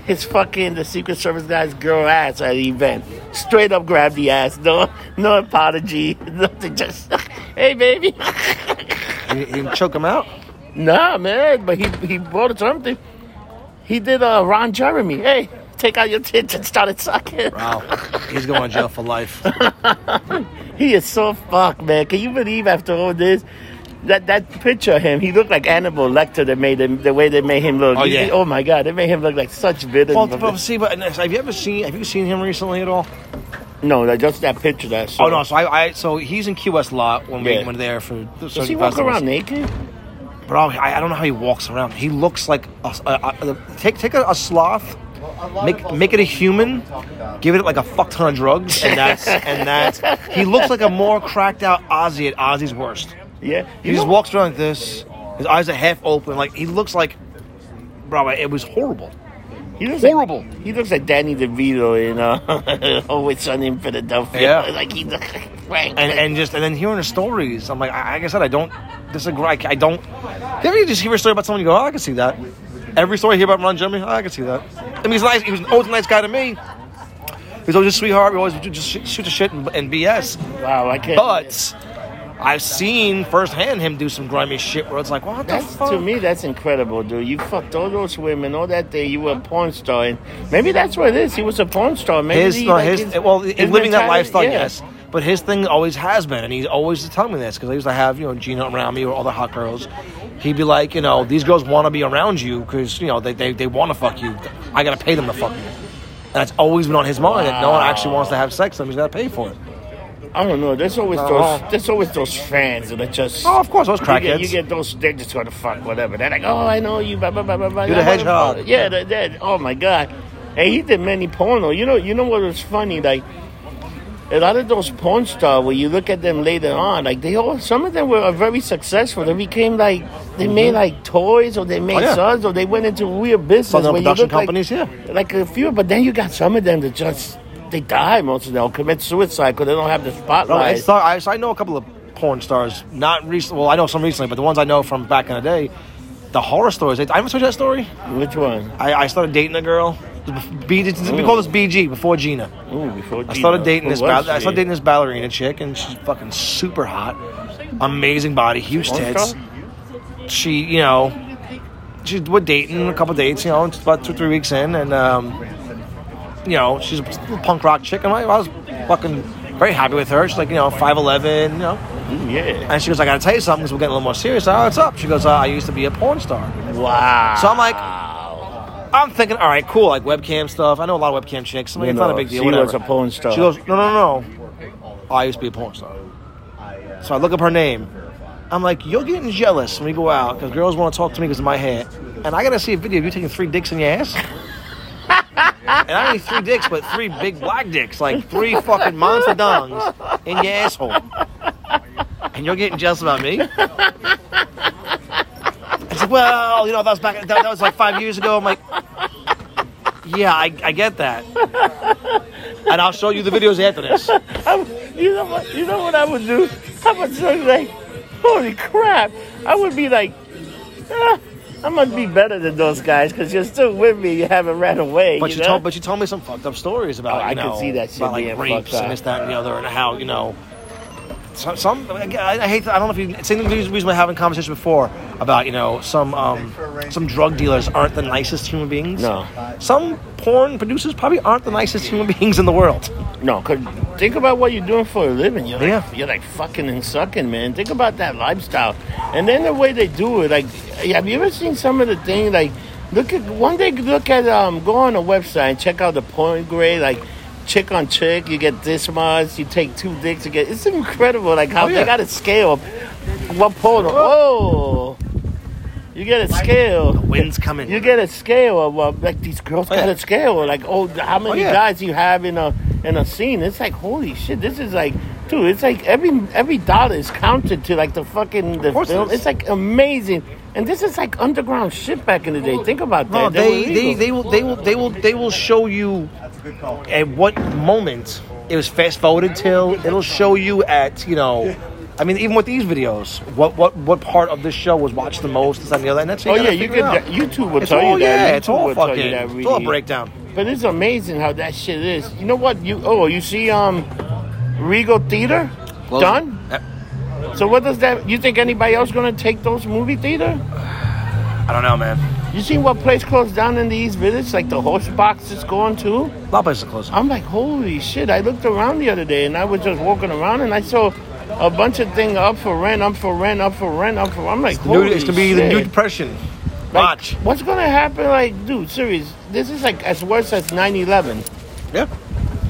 S1: his fucking the Secret Service guy's girl ass at the event. Straight up grabbed the ass. No, no apology. Nothing. Just hey, baby.
S2: You, you can choke him out?
S1: Nah, man, but he he bought something. He did uh, Ron Jeremy. Hey, take out your tits and started sucking.
S2: Wow. He's going to jail for life.
S1: He is so fucked, man. Can you believe after all this? That that picture of him, he looked like Hannibal Lecter. That made him the way they made him look.
S2: Oh,
S1: You
S2: yeah.
S1: see- oh my god, they made him look like such villain.
S2: Well, but see, but have you ever seen have you seen him recently at all?
S1: no, that- just that picture that I saw.
S2: Oh no, so I, I so he's in Key West a lot when we
S1: Yeah.
S2: went there for.
S1: Does he walk around naked?
S2: But I, I don't know how he walks around. He looks like a, a- a- take take a, a sloth, make make it a human, give it like a fuck ton of drugs, and that's and that's. He looks like a more cracked out Ozzy at Ozzy's worst.
S1: Yeah,
S2: He
S1: You
S2: just
S1: know-
S2: walks around like this. His eyes are half open. Like he looks like, bro, it was horrible.
S1: He looks
S2: Horrible.
S1: Like, he looks like Danny DeVito in uh, Always Sunny in Philadelphia.
S2: Yeah.
S1: like he look- right.
S2: and and just and then hearing the stories, I'm like, I, like I said, I don't disagree. I, I don't. You ever just hear a story about someone, you go, oh, I can see that. Every story I hear about Ron Jeremy, oh, I can see that. I mean, he's nice. He was always a nice guy to me. He was always a sweetheart. We always would just shoot, shoot the shit and, and BS.
S1: wow, I can't.
S2: But I've seen firsthand him do some grimy shit where it's like, what the
S1: That's
S2: fuck?
S1: to me, that's incredible, dude. You fucked all those women all that day. You were a porn star, and maybe that's what it is. He was a porn star. Maybe
S2: his,
S1: he,
S2: no,
S1: like,
S2: his, eh, well,
S1: his
S2: in living that
S1: mentality-
S2: lifestyle,
S1: yeah.
S2: yes. But his thing always has been, and he's always telling me this because I used to have you know Gina around me or all the hot girls. He'd be like, you know, these girls want to be around you because you know they they, they want to fuck you. I gotta pay them to fuck you. And that's always been on his mind that no one actually wants to have sex with him. He's gotta pay for it.
S1: I don't know. There's always
S2: Uh-huh.
S1: those. There's always those fans that are just.
S2: Oh, of course, those
S1: You get,
S2: crackheads.
S1: you get those. They're just gonna fuck whatever. They're like, oh, I know you. Blah, blah, blah, blah, blah,
S2: You're the
S1: blah,
S2: hedgehog.
S1: blah, blah. Yeah, that, that. Oh my god. And he did many porno. You know. You know what was funny? Like a lot of those porn stars, when you look at them later on, like they all. Some of them were very successful. They became like they made like toys, or they made
S2: Mm-hmm. Oh, yeah.
S1: sons, or they went into weird business.
S2: Some of the
S1: where you
S2: production
S1: look like-
S2: companies, yeah.
S1: like a few, but then you got some of them that just they die most of them or commit suicide because they don't have the
S2: No,
S1: spotlight.
S2: it's not- I, so I know a couple of porn stars, not recent. Well, I know some recently, but the ones I know from back in the day, the horror stories. I haven't told you that story.
S1: Which one?
S2: I, I started dating a girl. B, we call this BG before Gina.
S1: Ooh, before
S2: I started dating this. Ball- I started
S1: started
S2: dating this ballerina chick, and she's fucking super hot, amazing body, huge tits. She, you know, she we're dating a couple dates, you know, it's about two three weeks in, and um, you know, she's a punk rock chick, and I, I was fucking very happy with her. She's like, you know, five eleven, you know,
S1: Mm, Yeah.
S2: and she goes, I gotta tell you something, because we're getting a little more serious. I, oh, what's up? She goes, uh, I used to be a porn star.
S1: Wow.
S2: So I'm like, I'm thinking, all right, cool, like webcam stuff. I know a lot of webcam chicks. I'm like,
S1: You
S2: it's not a
S1: know,
S2: big deal.
S1: she
S2: whatever.
S1: was a porn star.
S2: She goes, no, no, no. I used to be a porn star. So I look up her name. I'm like, you're getting jealous when we go out because girls want to talk to me because of my hair. And I got to see a video of you taking three dicks in your ass. and I mean three dicks, but three big black dicks, like three fucking monster dongs in your asshole. And you're getting jealous about me? I said, well, you know, that was back, that, that was like five years ago. I'm like, yeah, I, I get that. And I'll show you the videos after this.
S1: I'm- you know what? You know what I would do? I would say like, holy crap! I would be like, ah, I must be better than those guys because you're still with me. You haven't ran away.
S2: But
S1: you
S2: you,
S1: know?
S2: told, but you told me some fucked up stories about.
S1: Oh,
S2: you
S1: I could
S2: know,
S1: see that shit
S2: about, like
S1: being
S2: rapes
S1: fucked
S2: and
S1: up.
S2: this, that, and the other, and how you know some, some I, I hate. To, I don't know if you. It's the reason we were having a conversation before about you know some um, some drug dealers aren't the nicest human beings.
S1: No.
S2: Some porn producers probably aren't the nicest human beings in the world.
S1: No, cause think about what you're doing for a living. You're like,
S2: Yeah.
S1: you're like fucking and sucking, man. Think about that lifestyle, and then the way they do it. Like, have you ever seen some of the thing? Like, look at one day. Look at um, go on a website and check out the porn grade. Like, chick on chick, you get this much. You take two dicks, you get. It's incredible. Like how
S2: Oh, yeah. Oh.
S1: they got a scale. of What porn? Whoa. You get a scale.
S2: Wind's coming.
S1: You get a scale of uh, like these girls
S2: Oh,
S1: got
S2: yeah.
S1: a scale like oh how many
S2: yeah.
S1: guys you have in a in a scene. It's like holy shit. This is like dude. It's like every every dollar is counted to like the fucking the
S2: course it
S1: film.
S2: is.
S1: it's like amazing. And this is like underground shit back in the day. Think about that.
S2: No, Oh, they,
S1: were
S2: they,
S1: legal.
S2: they will they will they will they will show you at what moment it was fast forwarded till. It'll show you at you know. I mean, even with these videos, what what what part of this show was watched the most? Is that and the other? And that's
S1: Oh yeah, you could. YouTube will
S2: It's
S1: tell
S2: all
S1: you that.
S2: yeah, it's
S1: YouTube
S2: all
S1: will tell you
S2: fucking
S1: that
S2: it's all
S1: really-
S2: breakdown.
S1: But it's amazing how that shit is. You know what? You oh, you see um, Regal Theater done.
S2: uh,
S1: So what does that? You think anybody else gonna take those movie theater?
S2: I don't know, man.
S1: You see what place closed down in the East Village? Like the horse box is gone too.
S2: A lot of places are closing.
S1: I'm like, holy shit! I looked around the other day and I was just walking around and I saw a bunch of things up for rent, up for rent, up for rent, up for. I'm like,
S2: The new-
S1: holy
S2: it's gonna be the
S1: shit.
S2: new depression.
S1: Like,
S2: Watch.
S1: What's gonna happen? Like, dude, serious. This is like as worse as 9/11.
S2: Yeah.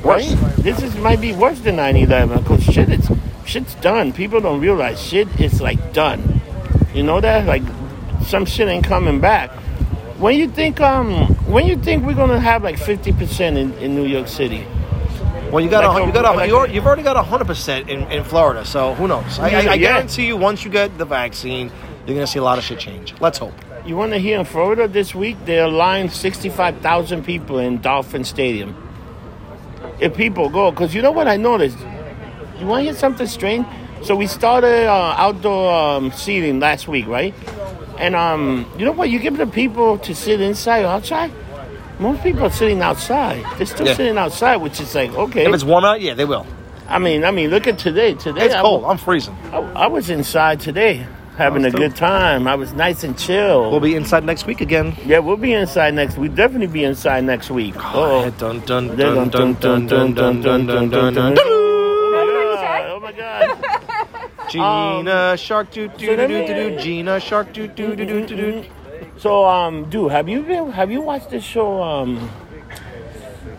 S1: Right? This is might be worse than 9/11. Cause shit, it's shit's done. People don't realize shit is like done. You know that? Like, some shit ain't coming back. When you think um, when you think we're gonna have like 50% in, in New York City?
S2: Well, you got
S1: Like
S2: a, you
S1: a-
S2: got a,
S1: like
S2: you
S1: a-
S2: already, you've already got hundred percent in, in Florida. So who knows? I, I, I
S1: Yeah.
S2: guarantee you, once you get the vaccine, you're gonna see a lot of shit change. Let's hope.
S1: You want to hear in Florida this week? They're lying 65,000 people in Dolphin Stadium. If people go, because you know what I noticed? You want to hear something strange? So we started uh, outdoor um, seating last week, right? And um, you know what? You give the people to sit inside or outside. Most people are sitting outside. They're still
S2: Yeah.
S1: sitting outside, which is like okay.
S2: If it's warm out, yeah, they will.
S1: I mean, I mean, look at today. Today
S2: It's
S1: I-
S2: cold. Oh, I'm freezing.
S1: I, I was inside today, having
S2: I
S1: a
S2: was too.
S1: good time. I was nice and chill.
S2: We'll be inside next week again.
S1: Yeah, we'll be inside next. We definitely be inside next week. Oh,
S2: Dun dun
S1: dun,
S2: dun dun dun dun dun dun dun dun. dun.
S1: oh my god! Um,
S2: Gina Shark doo doo doo
S1: let
S2: doo
S1: me-
S2: doo. Gina Shark doo doo doo doo doo doo.
S1: So, um, dude, have you been? Have you watched this show, um,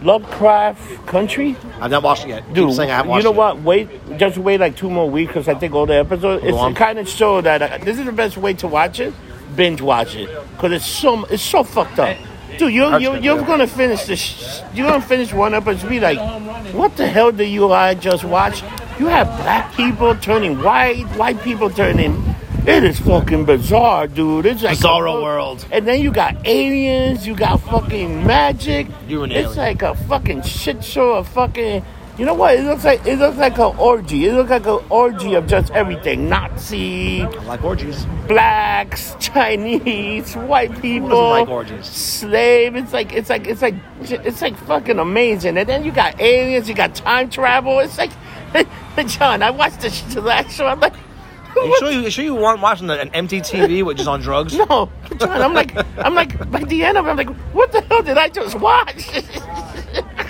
S1: Lovecraft Country?
S2: I've not watched it yet. Keep
S1: Dude,
S2: saying I haven't
S1: you
S2: watched
S1: know
S2: it.
S1: what? Wait, just wait like two more weeks because I think all the episodes. It's
S2: on.
S1: the kind of show that uh, this is the best way to watch it. Binge watch it because it's so it's so fucked up. Dude, you're
S2: That's
S1: you're,
S2: good,
S1: you're
S2: yeah.
S1: gonna finish this. sh- You're gonna finish one episode and be like, "What the hell did you I just watch?" You have black people turning white, white people turning. It is fucking bizarre, dude. It's like
S2: Bizarro world.
S1: And then you got aliens. You got fucking magic.
S2: You an
S1: it's
S2: alien.
S1: like like a fucking shit show of fucking. You know what? It looks like it looks like an orgy. It looks like an orgy of just everything: Nazi,
S2: I like orgies.
S1: blacks, Chinese, white people,
S2: like orgies?
S1: slave. It's like it's like it's like it's like fucking amazing. And then you got aliens. You got time travel. It's like, John, I watched the, sh- the last show. I'm like,
S2: Are you sure you, you sure you weren't watching an empty TV which is on drugs?
S1: no, John. I'm like, I'm like, by the end of it, I'm like, what the hell did I just watch?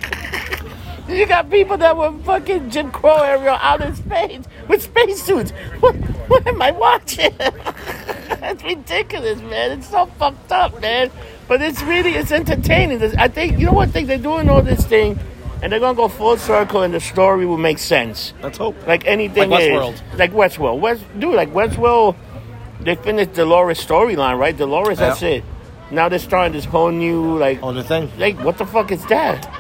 S1: you got people that were fucking Jim Crow area out in space with spacesuits. What, what am I watching? That's ridiculous, man. It's so fucked up, man. But it's really, it's entertaining. This- I think, you know what? I think they're doing all this thing, and they're gonna go full circle, and the story will make sense.
S2: Let's hope.
S1: Like anything
S2: Like
S1: is.
S2: Westworld.
S1: Like Westworld. West dude, like Westworld they finished Dolores storyline, right? Dolores,
S2: Yeah.
S1: that's it. Now they're starting this whole new like
S2: On Oh, the thing.
S1: like what the fuck is that?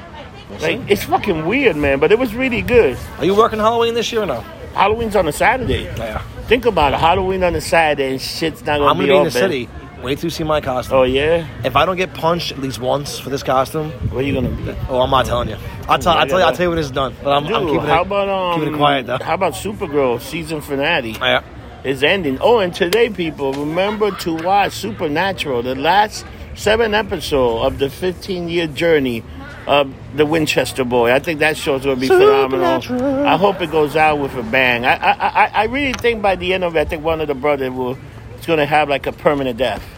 S1: Like it's fucking weird, man, but it was really good.
S2: Are you working Halloween this year or no?
S1: Halloween's on a Saturday.
S2: Yeah.
S1: Think about it, Halloween on a Saturday and shit's not gonna
S2: I'm
S1: be
S2: gonna be in
S1: open.
S2: the city. Wait till you see my costume.
S1: Oh yeah?
S2: If I don't get punched at least once for this costume,
S1: Where you gonna be?
S2: oh, I'm not telling you. I'll tell, I'll tell you. I'll tell you when it's done. But I'm,
S1: Dude,
S2: I'm keeping,
S1: how
S2: it,
S1: about um
S2: keeping it quiet though. Oh,
S1: How about Supergirl season finale?
S2: Yeah.
S1: is ending. Oh, and today, people, remember to watch Supernatural, the last seven episode of the 15 year journey uh, the Winchester Boy. I think that show's gonna be phenomenal. I hope it goes out with a bang. I, I I I really think by the end of it, I think one of the brothers will it's gonna have like a permanent death.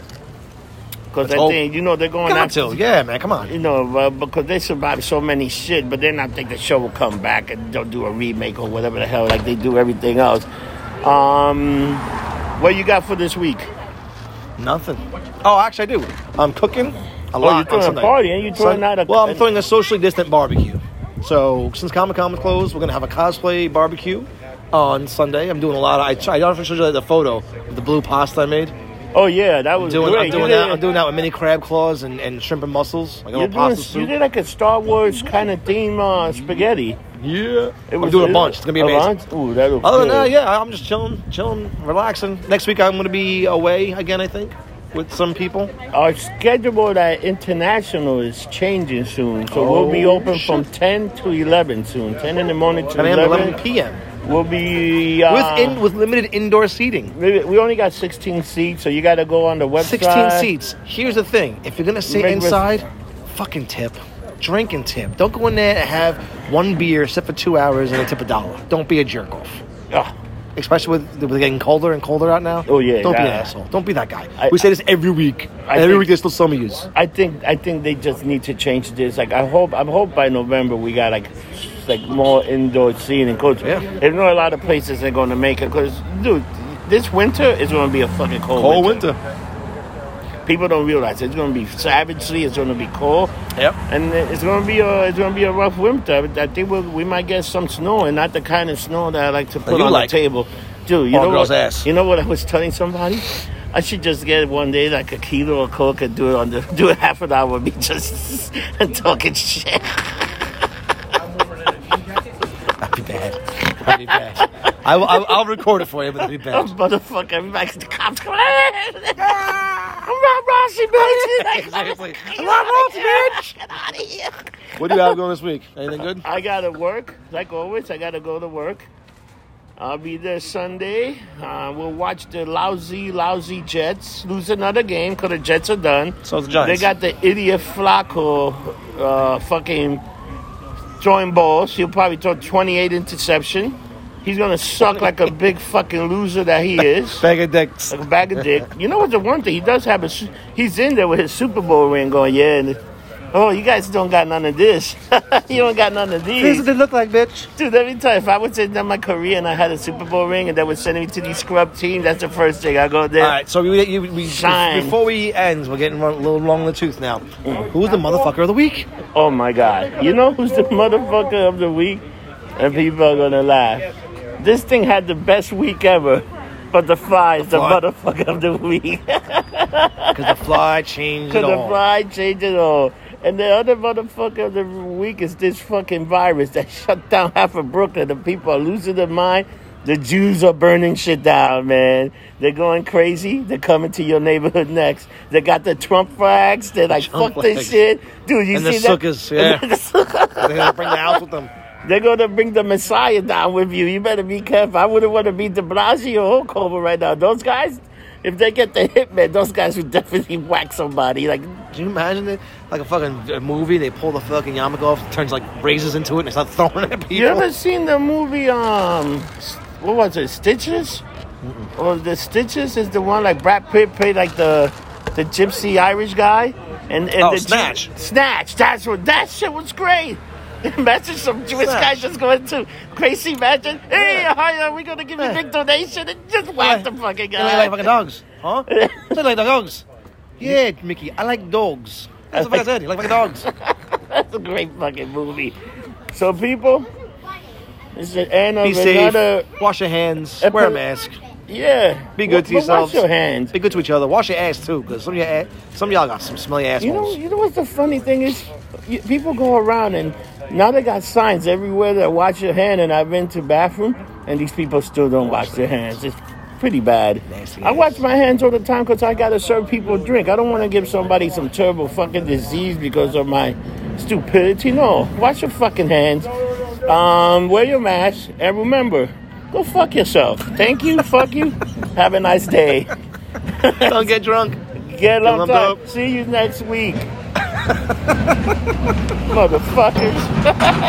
S1: Because I
S2: hope.
S1: think you know they're going
S2: Got
S1: after
S2: to. Yeah, man. Come on.
S1: you know, uh, because they survived so many shit, but then I think the show will come back and they'll do a remake or whatever the hell, like they do everything else. Um, what you got for this week?
S2: Nothing. Oh, actually, I do. I'm cooking a
S1: Oh,
S2: lot.
S1: you're
S2: on
S1: throwing a
S2: Sunday.
S1: party, and you're throwing out a-
S2: Well, I'm throwing a socially distant barbecue. So since Comic Con was closed, we're gonna have a cosplay barbecue on Sunday. I'm doing a lot. Of, I, I don't know if I showed you the photo of the blue pasta I made.
S1: Oh yeah, that was
S2: Doing,
S1: great.
S2: I'm
S1: You
S2: doing
S1: did-
S2: that. I'm doing that with mini crab claws and, and shrimp and mussels. Like a
S1: You're
S2: little pasta
S1: doing, you
S2: soup.
S1: did like a Star Wars kind of theme uh, spaghetti.
S2: Yeah.
S1: It
S2: I'm doing a
S1: it-
S2: bunch. It's gonna be
S1: a
S2: amazing.
S1: bunch? Ooh, that look
S2: Other than
S1: good.
S2: that, yeah, I'm just chilling, chilling, relaxing. Next week I'm going to be away again, I think, with some people.
S1: Our schedule at International is changing soon, so we'll be
S2: Oh,
S1: open from 10 to 11 soon. 10 in the morning to
S2: 10 a.m.
S1: 11.
S2: 11 p.m.
S1: We'll be uh,
S2: with in, with limited indoor seating.
S1: Maybe- We only got 16 seats, so you got to go on the website.
S2: 16 seats. Here's the thing: if you're gonna sit
S1: Make with-
S2: inside, fucking tip, drink and tip. Don't go in there and have one beer, sit for two hours, and then tip a dollar. Don't be a jerk off.
S1: Ugh.
S2: Especially with, with getting colder and colder out now.
S1: Oh, yeah,
S2: Don't be an
S1: yeah.
S2: asshole. Don't be that guy.
S1: I-
S2: we say this every week.
S1: I
S2: And every
S1: think-
S2: week there's still some of yous.
S1: I think I think they just need to change this. Like I hope I hope by November we got like s- like more indoor seating. Coach,
S2: Yeah.
S1: there's not a lot of places they're going to make it because dude, this winter is going to be a fucking cold. People don't realize it's going to be savagely. It's going to be cold.
S2: Yep.
S1: And it's gonna be a it's gonna be a rough winter. I think we we might get some snow, and not the kind of snow that I like to put
S2: Oh, you
S1: on
S2: like.
S1: the table. Dude, you
S2: On
S1: know
S2: girl's
S1: what?
S2: ass.
S1: You know what I was telling somebody? I should just get one day like a kilo of coke and do it on the do it half an hour, be just talking shit.
S2: That'd be bad. That'd be bad. I, will- I, will- I'll record it for you, but that'd be bad.
S1: Oh, Motherfucker, everybody's the cops come. I'm Rob Rossi, bitch.
S2: Exactly.
S1: Rob Rossi, bitch. Get out of here.
S2: What do you have going this week? Anything good?
S1: I gotta work, like always. I gotta go to work. I'll be there Sunday. Uh, we'll watch the lousy, lousy Jets lose another game because the Jets are done.
S2: So is the Giants.
S1: They got the idiot Flacco uh, fucking throwing balls. He'll probably throw 28 interception. He's gonna suck like a big fucking loser that he is.
S2: Bag of dicks.
S1: Like a bag of dick. You know what's the one thing he does have? A, su- he's in there with his Super Bowl ring going, yeah. And, oh, you guys don't got none of this. you don't got none of these.
S2: Here's what they look like, bitch.
S1: Dude, let me tell you, if I was in my career and I had a Super Bowl ring and they were sending me to these scrub teams, that's the first thing I go there.
S2: All right, so we, we, we
S1: Shine.
S2: before we end, we're getting a little long in the tooth now. Who's the motherfucker of the week?
S1: Oh my God. You know who's the motherfucker of the week? And people are going to laugh. This thing had the best week ever, but the fly is the
S2: Fly.
S1: motherfucker of the week.
S2: Because the fly changed it
S1: Because the
S2: all.
S1: fly changed it all. And the other motherfucker of the week is this fucking virus that shut down half of Brooklyn. The people are losing their mind. The Jews are burning shit down, man. They're going crazy. They're coming to your neighborhood next. They got the Trump flags. They're like,
S2: Trump
S1: fuck
S2: flags.
S1: this shit. Dude, you
S2: And the
S1: see that?
S2: suckers, yeah. They're gonna bring the house with them.
S1: They're going to bring the Messiah down with you. You better be careful. I wouldn't want to be de Blasio or Colbert right now. Those guys, if they get the hitman, those guys would definitely whack somebody. Like,
S2: Can you imagine it? Like a fucking a movie, they pull the fucking yarmulke off, turns like razors into it, and they start throwing it at people.
S1: You ever seen the movie? Um, S- what was it? Stitches. Or the Stitches is the one like Brad Pitt played like the the gypsy Irish guy, and, and
S2: Oh,
S1: the
S2: Snatch.
S1: Snatch. That's what that shit was great. Imagine some Jewish
S2: Snatch.
S1: guy just going to crazy mansion. Hey,
S2: Yeah.
S1: hi, are we gonna give you a big donation and just
S2: Yeah.
S1: whack the fucking
S2: They like,
S1: guy?
S2: like fucking dogs, huh? they like dogs. Yeah, Mickey, I like dogs. That's what I said. You like fucking dogs.
S1: That's a great fucking movie. So people, it's the end of
S2: Be safe.
S1: another.
S2: Wash your hands.
S1: Epi-
S2: Wear a mask.
S1: Yeah,
S2: Be good to
S1: Wa- wa-
S2: yourselves.
S1: Wash your hands.
S2: Be good to each other. Wash your ass too, because some of your ass, some of y'all got some smelly
S1: You know,
S2: assholes.
S1: you know what's the funny thing is, you, people go around and now they got signs everywhere that wash your hand. And I've been to bathroom, and these people still don't wash their hands. It's pretty bad.
S2: Nasty
S1: I
S2: ass.
S1: wash my hands all the time because I gotta serve people a drink. I don't want to give somebody some terrible fucking disease because of my stupidity. No, wash your fucking hands. Um, wear your mask, and remember, go fuck yourself. Thank you. fuck you. Have a nice day.
S2: Don't get drunk.
S1: Get lumped
S2: lumped
S1: up.
S2: up.
S1: See you next week. Motherfuckers.